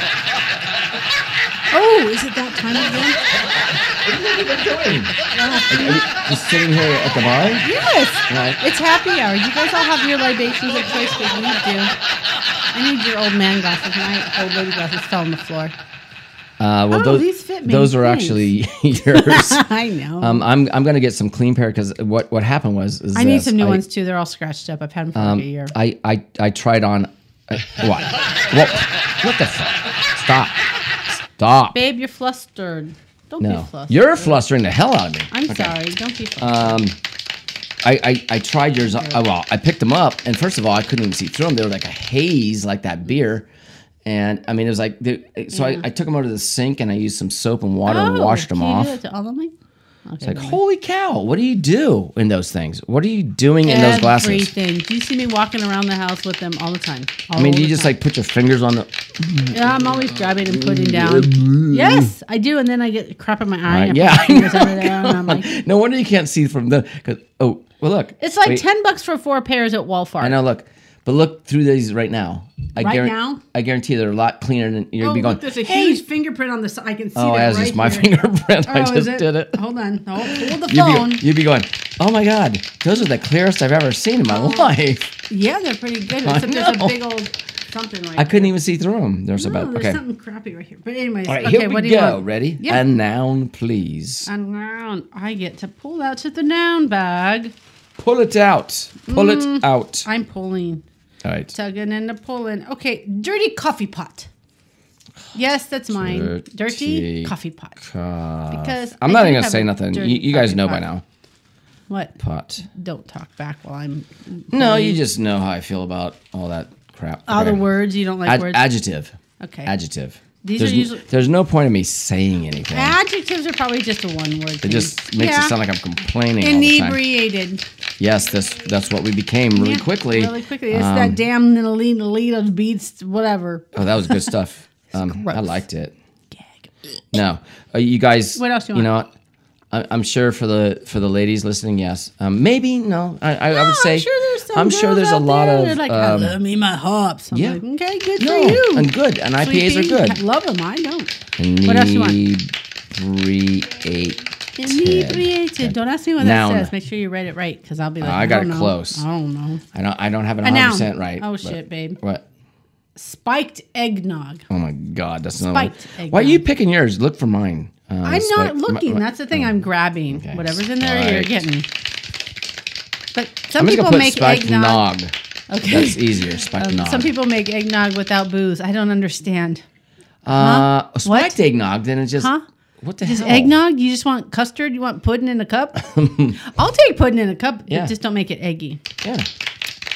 Oh, is it that time again?
Are you just sitting here at the bar?
Yes.
Right.
It's happy hour. You guys all have your libations of choice because we do. I need your old man glasses. My old lady glasses fell on the floor.
Uh, well,
Oh,
those,
these fit me.
Those are
Thanks.
actually yours.
I know.
Um, I'm I'm gonna get some clean pair because what what happened was is
I need
this.
some new
I- Um,
ones too. They're all scratched up. I've had them for like a year.
I I I tried on uh, what what what the fuck? Stop! Stop!
Babe, you're flustered. Don't be
No,
flustered.
you're flustering the hell out of me.
I'm sorry. Don't be flustered.
I, I, I tried yours. on- oh, well, I picked them up, and first of all, I couldn't even see through them. They were like a haze, like that beer. And I mean, it was like, they, so I, I took them out of the sink and I used some soap and water and
Oh,
washed them
can
off.
You do that to all of me?
It's like, holy cow, what do you do in those things? What are you doing in those glasses?
Everything. Do you see me walking around the house with them all the time?
I mean, do you just like put your fingers on the.
Yeah, I'm always grabbing and putting down. yes, I do, and then I get crap in my eye. and I
yeah,
put my fingers under there, and I'm like,
no wonder you can't see from the. Cause, oh, well, look.
it's like
Wait,
ten bucks for four pairs at Walmart.
I know, look. But look through these right now. I
Right
guaran-
now?
I guarantee they're a lot cleaner than you're
Oh,
going be going.
look, there's a
"Hey,
huge fingerprint on this. I can see
Oh,
that
that's
right
just my
here.
fingerprint. I
Oh,
just
is it?
did it.
Hold on. Oh, hold the
You'd be,
phone.
you'd be going, oh my God, those are the clearest I've ever seen in
Oh.
my life.
yeah, they're pretty good. Except there's
know.
a big old something right
I couldn't even see through them. There's
there.
about,
Oh, there's
okay.
something crappy right here. But anyways,
All right,
okay,
here
what
we
do you
go.
want?
Ready?
Yeah. Uh,
A noun, please.
And now I get to pull out to the noun bag.
Pull it out. Pull
mm.
it out.
I'm pulling,
All right.
tugging and pulling. Okay, dirty coffee pot. Yes, that's mine. Dirty,
Dirty
coffee pot.
Uh,
Because
I'm
I
not
do
even going
have
to say
a
nothing. You,
dirty
you guys
coffee
know
pot.
by now.
What?
Pot.
Don't talk back while I'm.
No, you just know how I feel about all that crap.
Mm. All the
Okay.
words you don't like
Ad-
words.
adjective.
Okay.
Adjective.
These
there's,
are Ah,
n-
usually-
there's no point in me saying anything.
Adjectives are probably just a one word.
It just makes it sound like I'm complaining. All the time.
inebriated.
Yes, that's that's what we became really
Yeah,
quickly. Um,
Really quickly. It's that damn Nalina Lita beats whatever.
Oh, that was good stuff. um, I
gross.
liked it. No, uh, you guys.
What else you
You know, what? I, I'm sure for the for the ladies listening, yes. Um, maybe no. I, I, I would say.
I'm sure there's some.
I'm sure
girls
there's a
out
lot
there
of.
that are Like, I
um,
love me my hops. I'm
yeah.
like, okay, good
no,
for you.
and good, and IPAs
Sleepy.
are
I
good. E
love them. I don't. What else you want?
Inebriated.
Inebriated. Don't ask me what
Noun. Uh,
that says. Make sure you read it right, because I'll be like,
I got
don't
it
know.
close.
I don't know.
I don't. I don't have it
A
100
noun.
percent right.
Oh
but-
shit, babe.
What?
Spiked eggnog.
Oh my god, that's another one.
Spiked egg
Why are
yolk.
you picking yours? Look for mine. Um,
I'm
spike-
not looking.
my- Mm, my-
That's the thing. I'm grabbing whatever's in there. You're
Spiked.
getting. But
I'm
some
just
people
gonna put
make
spiked
eggnog.
nog.
Okay.
That's easier. Spiked
Um,
nog.
Some people make eggnog without booze. I don't understand.
uh, spiked eggnog. Then it's just
Huh?
what the
Just
hell?
eggnog? You just want custard? You want pudding in a cup? I'll take pudding in a cup.
Yeah.
But just don't make it eggy.
Yeah.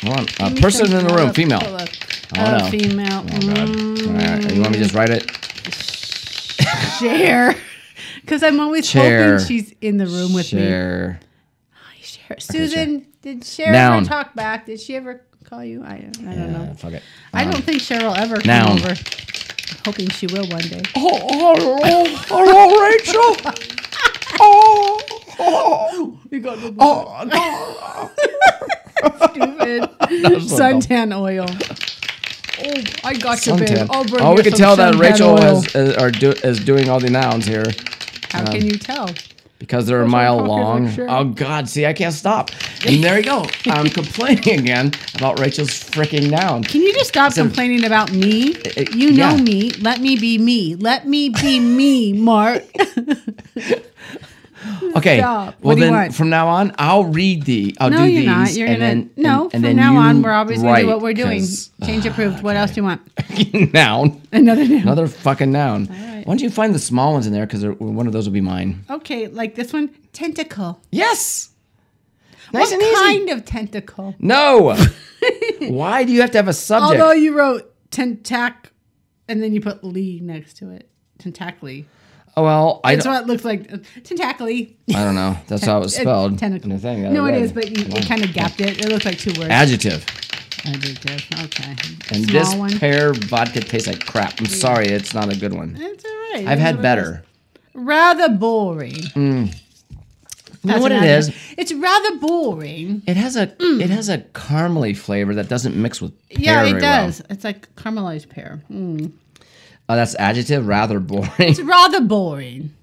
Hold on. A person in the room, female. Oh,
Oh,
no.
female. Mm,
God. All right. You want me to just write it?
Share. Because I'm always
Chair.
hoping she's in the room with me.
Share.
Share. Susan, did Cher
Noun.
ever talk back? Did she ever call you? I, I don't
Uh,
know.
fuck it.
I don't think Cher will ever come
Noun.
over. Hoping she will one day.
Oh, hello,
oh,
hello, Rachel. Oh, oh,
You got the
oh, God.
stupid
so dumb.
suntan oil. Oh, I got you, babe.
Suntan.
I'll bring
Oh,
you
we can
some
tell that
suntan
Rachel
oil.
is, is, are do, is doing all the nouns here
How
um,
can you tell?
because they're a mile
talking
long.
like Sharon.
Oh God, see, I can't stop. And there you go. I'm complaining again about Rachel's freaking noun.
Can you just stop complaining about me?
uh,
You know
yeah.
me. Let me be me. Let me be me, Mark.
Okay.
Stop.
Well,
What do you
then
want?
from now on, I'll read the. I'll
no,
do
you're
these,
not. You're
and
gonna
then,
no.
and- and
from
then
now
you
on, we're always gonna do
write,
what we're doing.
'cause-
Change approved. What else do you want?
noun.
Another name.
Another fucking noun.
right.
Why don't you find the small ones in there? Because one of those will be mine.
Okay, like this one, tentacle.
Yes. Nice
what
and easy.
kind of tentacle?
No. Why do you have to have a subject?
Although you wrote tentac, and then you put lee next to it, tentacly.
Oh, well, I
That's
don't,
what it looks like. Tentacly.
I don't know. That's how it was
Ten-
spelled.
tentacle.
in the thing that I
no, it
read.
is, but you, it kind of gapped it. It looked like two words.
Adjective.
Adjective. Okay.
And
Small
this
one.
pear vodka tastes like crap. I'm sorry, it's not a good one.
It's all right.
I've
It's
had
what it is.
better.
Rather boring.
You know
That's
what
an
it is?
adjective. It's rather boring.
It has a it has a caramely flavor that doesn't mix with pear
Mm. yeah,
very
it
well.
does. It's like caramelized pear. Mm.
Oh, that's adjective. Rather boring.
It's rather boring.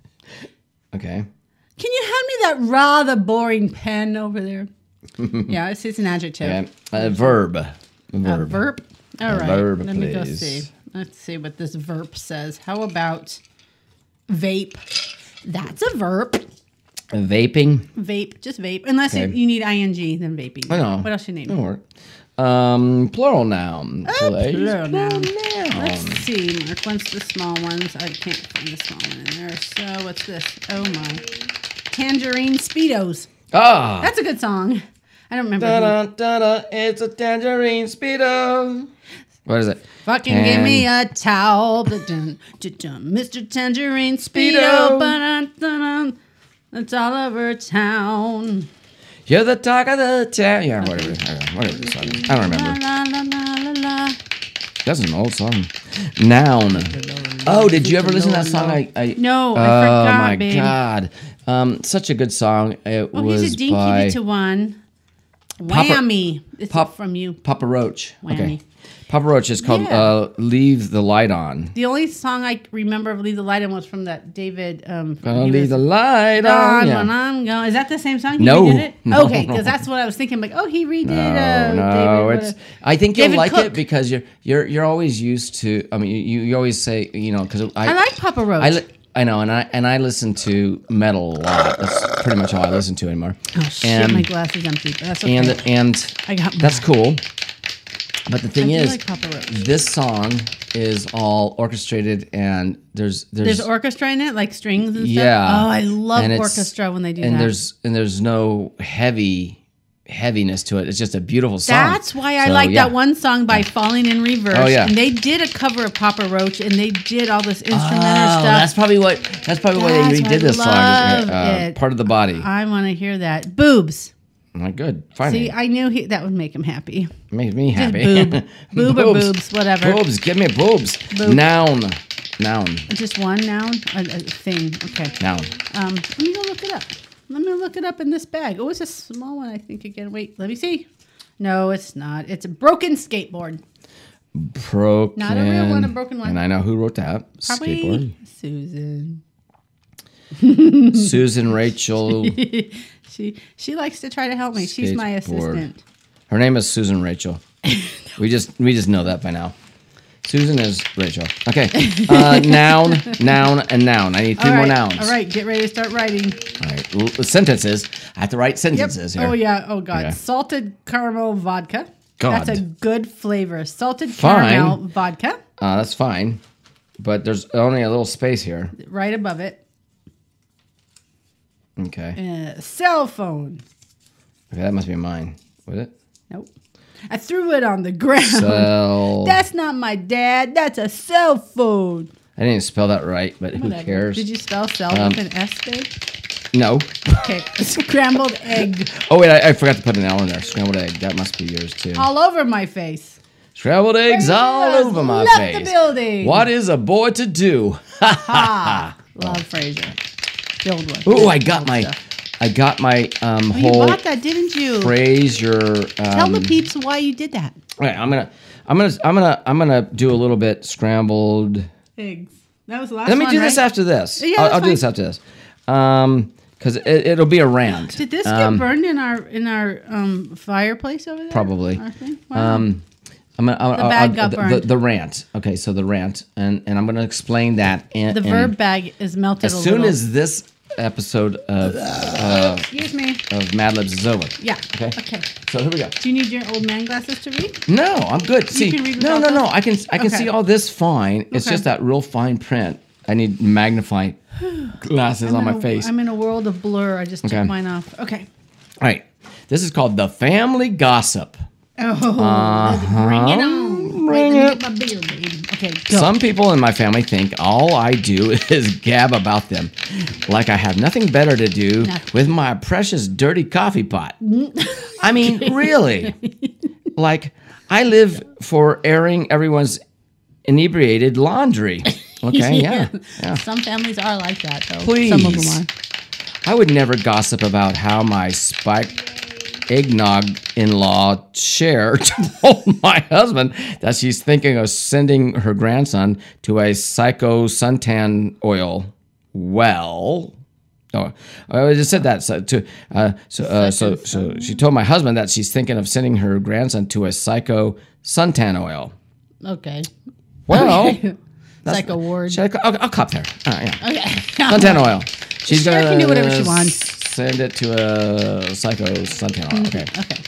okay.
Can you hand me that rather boring pen over there? yeah, it's, it's an adjective.
Yeah. A verb. A
A
verb.
verb. All right.
verb,
Let me go
please.
see. Let's see what this verb says. How about vape? That's a verb.
Vaping.
Vape, just vape. Unless you,
Okay.
you need ing, then vaping.
I know. Oh,
What else you need? Uh,
That'll work. Um, plural noun. please.
Plural noun. Let's see, Mark. What's the small ones? I can't find the small one in there. So what's this? Oh my, tangerine speedos.
Ah.
That's a good song. I don't remember. who-
Da-da, da-da, it's a tangerine speedo. What is it?
Fucking
Tan-
give me a towel, but dun, dun, dun, Mr. Tangerine
Speedo.
Speedo. ba-dun, dun, dun. It's all over town.
You're the talk of the town. Yeah, whatever. I don't know, Whatever this song is. I don't
La
remember.
la la la la la.
That's an old song. Noun. Oh, did you ever listen to that song? I, I
No,
Oh
I forgot,
my
babe.
god, um, such a good song. It
Oh,
was
here's a dinky
by
to one.
Papa-
Whammy. It's
Pop-
from you.
Papa Roach. Okay,
Whammy.
Papa Roach is called
Yeah.
uh, "Leave the Light On."
The only song I remember of Leave the Light On was from that David. Um, from
Gonna
he
leave
was
the light on.
gone
Yeah.
when I'm gone. Is that the same song? He
No.
redid it?
No,
okay,
no.
because that's what I was thinking. Like, oh, he redid.
No,
uh,
no,
David,
it's. I think you'll
David
like it
Cook.
because you're you're you're always used to. I mean, you, you always say you know because I,
I like Papa Roach.
I, li- I know, and I and I listen to metal a lot. That's pretty much all I listen to anymore.
Oh shit,
and,
my glass is empty. but That's okay.
and and
I got
that's
more.
cool. But the
I
thing
do
is,
like Papa Roach.
this song is all orchestrated, and there's there's,
There's orchestra in it, like strings and
yeah.
stuff. Oh, I love
And it's-
orchestra when they do
and
that.
there's and there's no heavy heaviness to it. It's just a beautiful song.
that's why I
So,
like
yeah.
that one song by Falling in Reverse.
Oh, yeah.
And they did a cover of Papa Roach and they did all this instrumental
Oh,
stuff.
that's probably what. That's probably why
That's
they
why
redid
I
this song.
love
Uh,
it.
part of the body.
I want to hear that. Boobs.
My good.
See,
Finally,
I knew he, that would make him happy.
makes me happy.
boob. Boob or boobs, whatever.
Boobs. Give me boobs. Noun. Noun.
Just one noun, a, a thing. Okay.
Noun.
Um, let me go look it up. Let me look it up in this bag. Oh, it's a small one, I think. Again, wait, let me see. No, it's not. It's a broken skateboard.
Broken.
Not a real one, a broken one.
And I know who wrote that.
Probably Susan.
Skateboard. Susan Rachel.
She she likes to try to help me. She's my
Skateboard.
assistant.
Her name is Susan Rachel. we just we just know that by now. Susan is Rachel. Okay. Uh, noun, noun, and noun. I need three
All
more
right,
nouns.
All right, get ready to start writing.
All right. L- sentences. I have to write
Yep.
sentences here.
Oh yeah. Oh god.
Okay.
Salted caramel vodka.
God.
That's a good flavor. Salted
Fine.
caramel vodka.
Uh, that's fine. But there's only a little space here.
Right above it.
Okay.
Uh, cell phone.
Okay, that must be mine. Would it?
Nope. I threw it on the ground.
Cell.
Uh-huh. That's not my dad. That's a cell phone.
I didn't spell that right, but who
Whatever.
cares? Um,
Did you spell cell with an S, babe?
no.
Okay. Scrambled egg
Oh wait, I, I forgot to put an L in there. Scrambled egg. That must be yours too.
all over my face.
Scrambled eggs all
Fraser's
over my
left the
face.
building.
What is a boy to do?
Ah, love Frasier. Build one.
Oh, I got my, I got my um
You
whole
bought that, didn't you?
Fraser.
Tell
Um,
the peeps why you did that.
right, I'm gonna, I'm gonna, I'm gonna, I'm gonna do a little bit scrambled.
Eggs. That was the last
Let me
one,
do this
right?
after this.
Yeah,
I'll,
that's
I'll do this
fine.
after this, um, because it, it'll be a rant. Um,
Did this get burned in our in our um, fireplace over there?
Probably. Um,
Our thing? Wow.
I'm gonna, I'm, the,
bag got
the,
burned.
the rant. Okay, so the rant, and and I'm gonna explain that. And,
the
and
verb bag is melted.
As
a
soon
little.
as this episode of
excuse me.
of Mad Libs is over.
Yeah.
Okay.
Okay.
So here we go.
Do you need your old man glasses to read?
No, I'm good. See,
can read
no, no,
without
no.
those?
I can, I can
Okay.
see all this fine. It's
Okay.
just that real fine print. I need magnifying glasses on
I'm
my
in a-
face.
I'm in a world of blur. I just
Okay.
took mine off. Okay.
All right, this is called the family gossip.
Oh, bring it on.
Uh-huh.
Wait,
bring
let
it.
me get my beer, babe. Okay, go.
Some people in my family think all I do is gab about them, like I have nothing better to do with my precious dirty coffee pot. I mean, really. Like, I live for airing everyone's inebriated laundry. Okay, yeah. yeah.
Some families are like that, though.
Please.
Some of them are.
I would never gossip about how my spike eggnog in law chair told my husband that she's thinking of sending her grandson to a psycho suntan oil. Well, no, I just said that. So, to, uh, so, uh, so, so she told my husband that she's thinking of sending her grandson to a psycho suntan oil.
Okay.
Well,
like a ward.
should I, will I'll cop there. All right, yeah.
Okay.
Suntan oil. She's
Sure,
gonna
can do whatever she wants. Mm-hmm.
Send it to a psycho suntan oil. Okay. okay.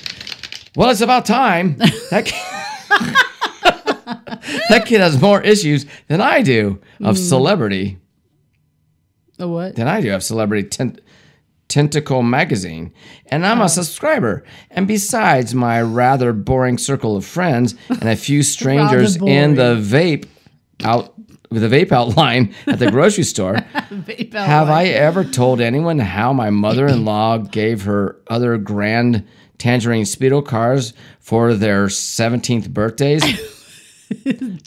Well, it's about time. That kid, that kid has more issues than I do of
Mm.
celebrity
A what?
than I do of Celebrity Tent- Tentacle Magazine, and
Oh.
I'm a subscriber. And besides my rather boring circle of friends and a few strangers
boring.
in the vape out with the vape outline at the grocery store,
Oh,
have I ever told anyone how my mother-in-law gave her other grand tangerine speedo cars for their 17th birthdays?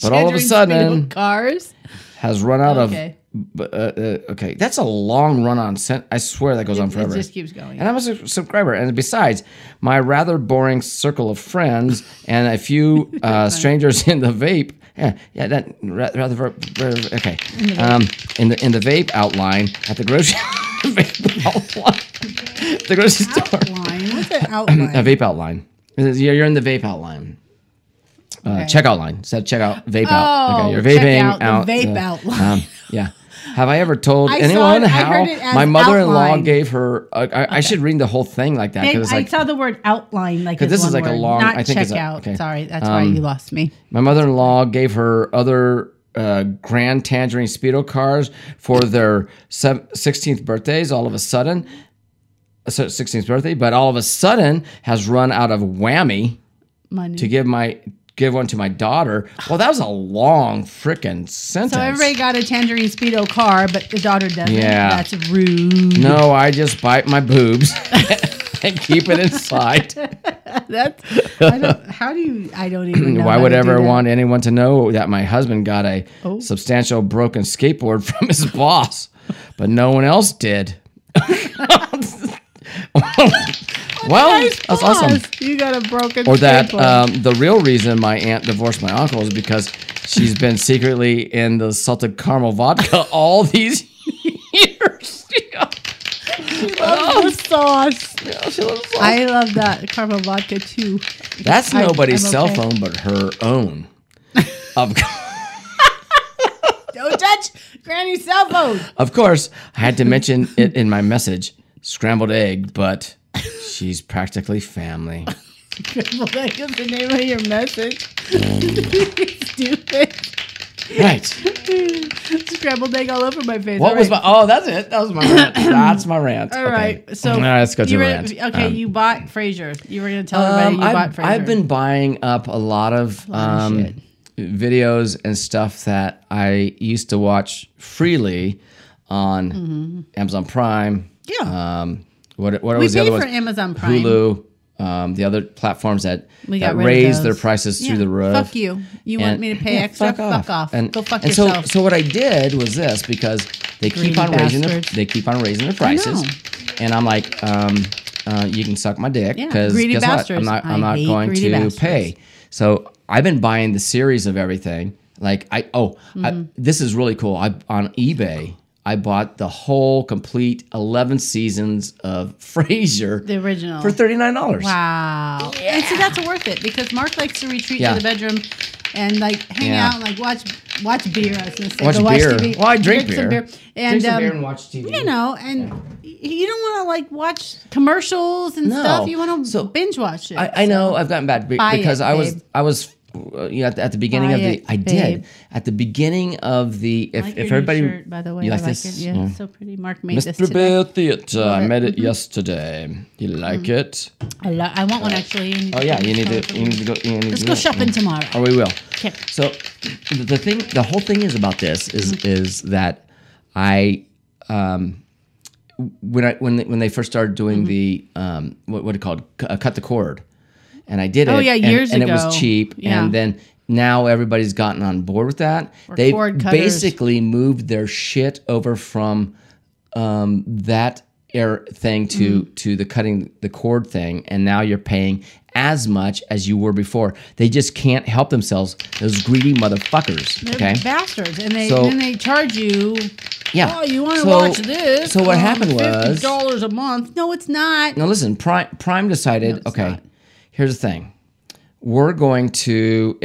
but all of a sudden,
cars.
has run out
Okay.
of. b- Uh, uh, okay, that's a long run on sent. I swear that goes on
It
forever.
just keeps going.
and I'm a su- subscriber. And besides, my rather boring circle of friends and a few uh, strangers in the vape. Yeah, yeah, that ra- rather, ver- ver- okay. Um, in the in the vape outline at the grocery vape outline, the grocery store.
Line.
What's that outline?
A vape outline. It is- You're you're in the vape outline. Uh, Checkout line. Said checkout vape out.
Oh,
Okay, you're
check
vaping
out the
out.
vape
the-
outline.
Um, yeah. Have I ever told
I saw
anyone
it- I
how
heard it as
my mother-in-law
outline.
gave her? Uh, I, I should read the whole thing like that
Babe,
because it's like
I saw the word outline like
'Cause
as
this
one
is like a
word,
long-
not
I think it's
check
a-
out.
okay. Um,
Sorry, that's why you lost me.
my mother-in-law gave her other uh, grand tangerine speedo cars for their sev- 16th birthdays. All of a sudden, so 16th birthday, but all of a sudden has run out of whammy.
Money.
to give my give one to my daughter. Well, that was a long frickin' sentence.
So everybody got a tangerine speedo car, but the daughter doesn't.
Yeah.
that's rude.
no, I just bite my boobs and keep it inside.
That's I don't. How do you? I don't even. know
Why
how
would
to do
ever
that. Oh.
want anyone to know that my husband got a substantial broken skateboard from his boss, but no one else did. well, that's awesome.
Pause. You got a broken.
Or that
skateboard.
um, the real reason my aunt divorced my uncle is because she's been secretly in the salted caramel vodka all these years. Yeah.
oh, sauce.
Yeah, she loves salt.
I love that caramel vodka too.
That's
I-
nobody's
I'm
cell
okay.
phone but her own. Of, co-
Don't touch Granny's cell phone.
of course, I had to mention it in my message scrambled egg, but she's practically family.
Well, that is the name of your message. Stupid.
Right.
Scrambled egg all over my face.
What
All
was
right.
my? Oh, that's it. That was my rant. That's my rant.
All right. So
All right, let's go to
you
the
were-
rant.
Okay,
Um,
you bought Frasier. You were going to tell everybody
Um,
you bought
I've,
Frasier.
I've been buying up a lot of,
of
um,
shit.
videos and stuff that I used to watch freely on Amazon Prime.
Mm-hmm. Yeah.
Um, what what
we
was the
paid
other
for
one?
Amazon Prime.
Hulu. Um, the other platforms that,
We
that
got rid of
raise their
those.
prices
Yeah,
through the roof.
Fuck you. You want
And-
me to pay
Yeah,
extra? Fuck off.
And,
Go fuck
and
yourself.
So, so what I did was this because they keep
Greedy
on raising their,
bastards.
they keep on raising their prices,
know.
and I'm like, um, uh, you can suck my dick
Yeah,
because
greedy
guess
bastards.
what? I'm
I
not I'm
hate
not going
greedy
to
bastards.
pay. So I've been buying the series of everything. Like I oh
Mm-hmm.
I, this is really cool. I on eBay I bought the whole complete eleven seasons of Frasier
the original.
for thirty nine dollars.
Wow. And so that's worth it because Mark likes to retreat
Yeah.
to the bedroom and like hang
Yeah.
out and like watch watch beer. I was gonna say,
Watch
but
beer.
TV.
Well, I drink
some
beer.
And, um,
watch TV.
you know, and y- you don't want to like watch commercials and
No.
stuff. You want to
So-
binge watch it.
I, I know I've gotten bad be-
Buy
because
it,
I was
babe.
I was uh, you know, at, the, at the beginning
Buy
of the
it,
I
babe.
did at the beginning of the if,
I like your
if
new
everybody
shirt, by the way,
you like
I
this
Like it. Yeah,
Yeah.
it's so pretty. Mark made this
Mr.
today. Mm-hmm.
Bear Theater I made it yesterday you like it
I, lo- I want one actually. You need
oh
to
yeah
get
you
me
need
some
to
for
you
me.
need to go you need
Let's
to Oh,
go
do it.
shopping
or
tomorrow.
we will
Okay.
so the the thing the whole thing is about this is
Mm-hmm.
is that I um when I when they, when they first started doing
Mm-hmm.
the um what what it called C- uh, cut the cord, and I did
Oh,
it.
yeah,
and-
years
and, it
ago.
was cheap.
Yeah.
And then now everybody's gotten on board with that. They
cord cutters.
basically moved their shit over from um that air thing to
Mm.
to the cutting the cord thing, and now you're paying as much as you were before. They just can't help themselves. Those greedy motherfuckers.
They're
Okay.
bastards, and they
So-
and then they charge you.
Yeah.
Oh, you want to
So-
watch this? Oh,
so what happened was-
dollars a month. No, it's not.
Now listen, Prime Prime decided,
it's
okay,
not.
here's the thing. We're going to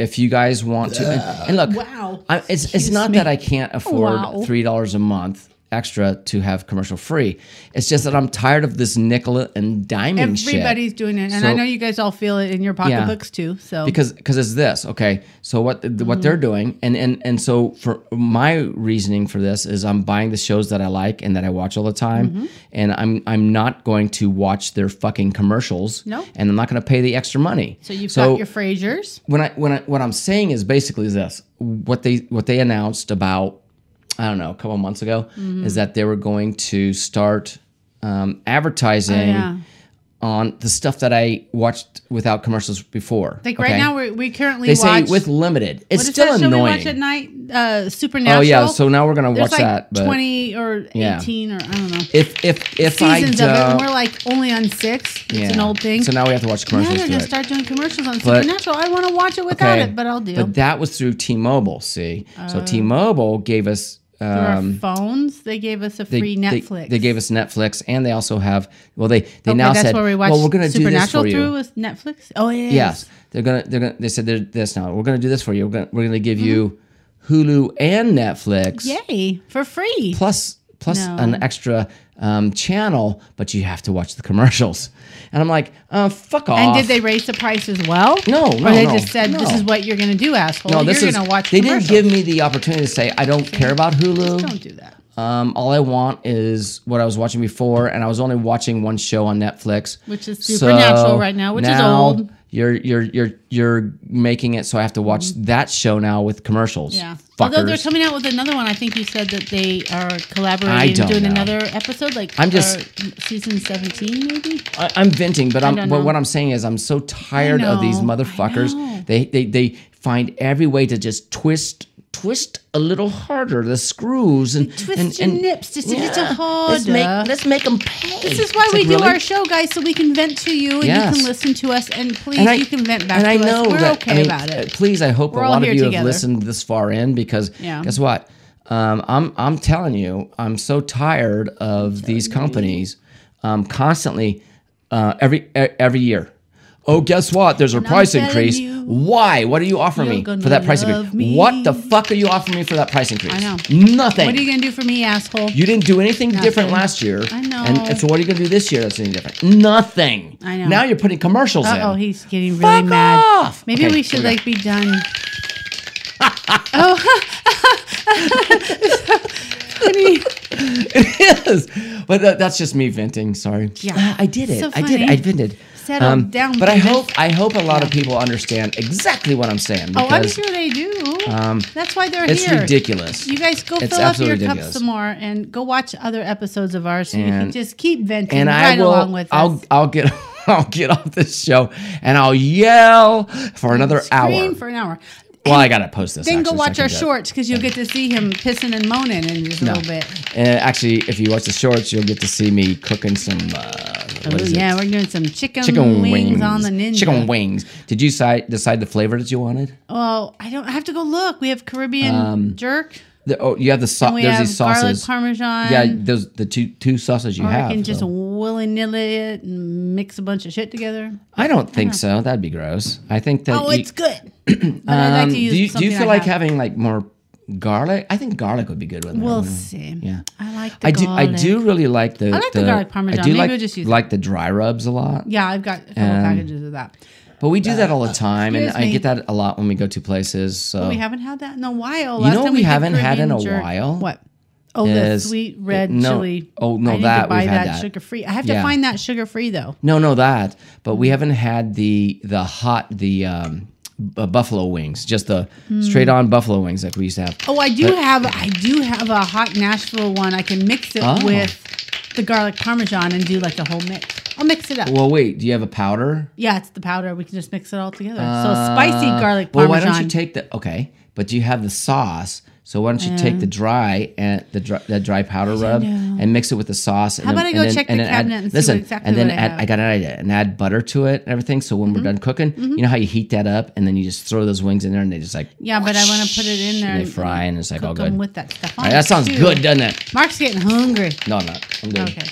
if you guys want to and, and look
Wow.
I, it's it's not that I can't afford
Wow.
three dollars a month extra to have commercial free. It's just that I'm tired of this nickel and diming shit.
Everybody's doing it, and I
So-
know you guys all feel it in your pocketbooks too. So
because because it's this okay so what th- what
Mm-hmm.
they're doing and and and so for my reasoning for this is i'm buying the shows that i like and that i watch all the time
Mm-hmm.
and i'm i'm not going to watch their fucking commercials
No.
and i'm not going to pay the extra money
so you've got your Frasers.
when I when I what I'm saying is basically this: what they what they announced about I don't know a couple months ago
Mm-hmm.
is that they were going to start um, advertising
Oh, yeah.
on the stuff that I watched without commercials before.
Like right
okay?
now, we we currently
they say
watch.
with limited. It's
what is
still
that show we watch at
annoying.
night? Uh, Supernatural.
Oh yeah, so now we're gonna
There's
watch
like
that. But
twenty or
Yeah.
eighteen or I don't know
if if if I
seasons of it. And
don't,
we're like only on six. It's an
yeah.
old thing.
So now we have to
now
watch commercials.
they're
to
gonna
it.
start doing commercials on
But-
Supernatural. I want to watch it without
Okay.
it, but I'll do. Oh.
But that was through T-Mobile. See, so T-Mobile gave us.
Through
Um,
our phones, they gave us a free Netflix.
They, gave us Netflix, and they also have. Well, they they
Okay,
now
that's
said,
where we watched
"Well, we're going to do this
Supernatural
for
through
you."
with Netflix. Oh yeah.
Yes, they're gonna they're gonna they said they're this now. We're gonna do this for you. We're gonna we're gonna give
Mm-hmm.
you Hulu and Netflix
Yay for free.
plus plus
No.
an extra um, channel, but you have to watch the commercials. And I'm like, uh, fuck off.
and did they raise the price as well?
No, no,
Or they
no,
just said this
no.
is what you're going to do, asshole.
No, this
you're
is.
going to watch.
they didn't
commercials."
give me the opportunity to say I don't care about Hulu.
Don't do that.
Um, all I want is what I was watching before, and I was only watching one show on Netflix,
Which is Supernatural right now, which is old.
You're you're you're you're making it so I have to watch that show now with commercials.
Mm-hmm. Yeah. Although they're
fuckers.
coming out with another one. I think you said that they are
I
collaborating
don't
and doing
know.
another episode, like
I'm just-
or season seventeen, maybe.
I, I'm venting, but I'm
don't
but
know.
what I'm saying is I'm so tired of these
know, I
motherfuckers.
know.
They they they find every way to just twist twist a little harder the screws and
Twist
and,
your
and-
nips just a uh,
Yeah.
little
Let's make
harder.
let's make 'em pay.
This is why
It's
we
like,
do
really?
our show, guys, so we can vent to you and
Yes.
you can listen to us. And please,
And I-
you can vent back
and
to
I know
us. We're
that,
okay
I mean,
about
uh,
it.
Please, I hope
We're
a
all
lot of
here
you have
together.
listened this far in because
Yeah.
guess what? Um, I'm I'm telling you, I'm so tired of these companies um, constantly uh, every e- every year. Oh, guess what? There's a price
telling
increase.
you,
Why? What are you offering me
gonna
for that price increase?
love me.
What the fuck are you offering me for that price increase?
I know.
Nothing.
What are you going to do for me, asshole?
uh, You didn't do anything different
Nothing.
last year.
I know.
And, and so what are you going to do this year that's any different? Nothing.
I know.
Now you're putting commercials in.
oh, he's getting really
Fuck
mad.
off!
Maybe
Okay,
we
here
should
we go.
like be done. oh, funny.
It is. But that, that's just me venting. Sorry.
Yeah.
Ah, I did it.
So
I did.
funny.
I vented.
Settle down,
Um, But I
David.
hope I hope a lot of people understand exactly what I'm saying
Oh, I'm
because um,
sure they do. That's why they're
it's
here.
ridiculous.
You guys go
It's
fill up your
absolutely
cup
ridiculous.
some more and go watch other episodes of ours so you can
And-
just keep venting
and
right
I will.
along with
I'll
us.
I'll get I'll get off this show and I'll yell for another
Scream
hour.
for an hour.
well, I gotta post this.
Then go
actually, so I
watch
can
our
do it.
shorts because you'll get to see him pissing and moaning in just a little bit.
And Uh, actually, if you watch the shorts, you'll get to see me cooking some. Uh, what
Ooh,
is
Oh, yeah,
it?
we're doing some chicken,
Chicken
wings, on the ninja.
Chicken wings. Did you decide, decide the flavor that you wanted?
Oh, I don't I have to go look. We have Caribbean jerk.
The, oh, you have the sauce.
And we
Um, There's
have
these
garlic
sauces.
parmesan.
yeah, those the two two sauces you
or
have.
I can just
though.
willy nilly it and mix a bunch of shit together.
I don't think so. That'd be gross. I think that.
uh-huh. Oh,
you,
it's good. But I'd like
um,
to use
do you, do
something
you feel
I
like
have.
having like more garlic? I think garlic would be good with it.
We'll
wouldn't it?
see.
Mm, Yeah.
I like the
I do. I
garlic.
do really like the.
I like the garlic parmesan.
I do
Maybe
like,
we'll just use
like the dry rubs a lot.
Yeah, I've got a couple
Um,
packages of that.
But we do that all the time,
Uh,
and
excuse
I get
me.
that a lot when we go to places. So
We haven't had that in a while.
oh. know what we
did
haven't had in
Caribbean
a while?
What? Oh,
Is-
the sweet red
no.
chili.
Oh, no,
I need
that
to buy
we've had that.
sugar free. I have
Yeah.
to find that sugar free though.
No, no, that. But we haven't had the the hot the um, b- buffalo wings, just the straight on buffalo wings like we used to have.
Hmm. Oh, I do have. I do have a hot Nashville one. I can mix it
Oh.
with the garlic parmesan and do like the whole mix. I'll mix it up.
Well, wait. Do you have a powder?
yeah, it's the powder. We can just mix it all together. so spicy
Uh,
garlic
Well,
parmesan.
why don't you take the okay? But do you have the sauce So why don't you take the dry and the dry, the dry powder rub and mix it with the sauce? And
How about I go
and
check
and
the
add-
cabinet and see
listen,
what- exactly
and then
what I
add,
have. Mm-hmm.
I got an idea and add butter to it and everything. So when we're done cooking, you know how you heat that up and then you just throw those wings in there and they just like
Yeah, but I want to put it in there.
and they fry and it's like all
cook
good.
'em with that stuff.
all right, that sounds good, doesn't it?
Mark's getting hungry.
No, I'm not. I'm good.
Okay.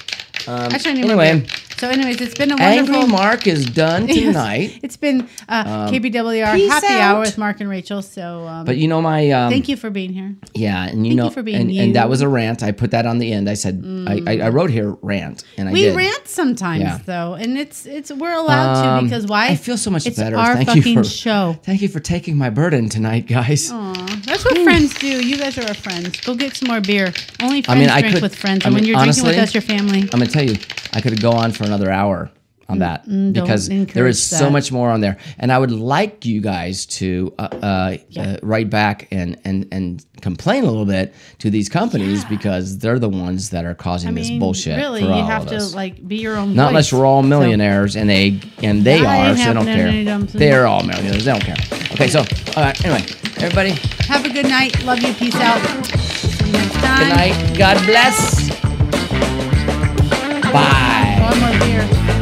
Actually, I need
Um, anyway.
anyway. So, anyways, it's been a wonderful.
Angry Mark is done
Yes.
tonight. Um,
It's been uh, KBWR
peace
Happy Hour
out.
with Mark and Rachel. So, um,
But you know my um,
thank you for being here.
Yeah, and you
Thank
know,
you for being
and, and that
you. Mm.
was a rant. I put that on the end. I said I, I, I wrote here rant, and I
We
did.
rant sometimes
Yeah.
though, and it's it's we're allowed to
Um,
because why?
I feel so much
it's
better.
Our
Thank you
fucking
for-
show.
Thank you for taking my burden tonight, guys.
Aw, That's what friends do. You guys are our friends. Go get some more beer. Only friends
I mean, I
drink
could-
with friends,
I
and
mean,
when you're drinking
honestly,
with us, your family.
I'm gonna tell you, I could go on for another hour on that
Mm, don't
because there
encourage
is so
that.
much more on there, and I would like you guys to uh, uh, uh, write back and and and complain a little bit to these companies because they're the ones that are causing
I
this
mean,
bullshit.
Really,
for
you
all
have
of
to
us.
like be your own.
Not
voice.
unless we're all millionaires, and they and they
I
are,
have
so they don't
no
care.
dumbs.
They're all millionaires. They don't care. Okay, so all right, anyway, everybody,
So, have a good night. Love you. Peace out. Good
good night. God bless. Bye.
One more beer.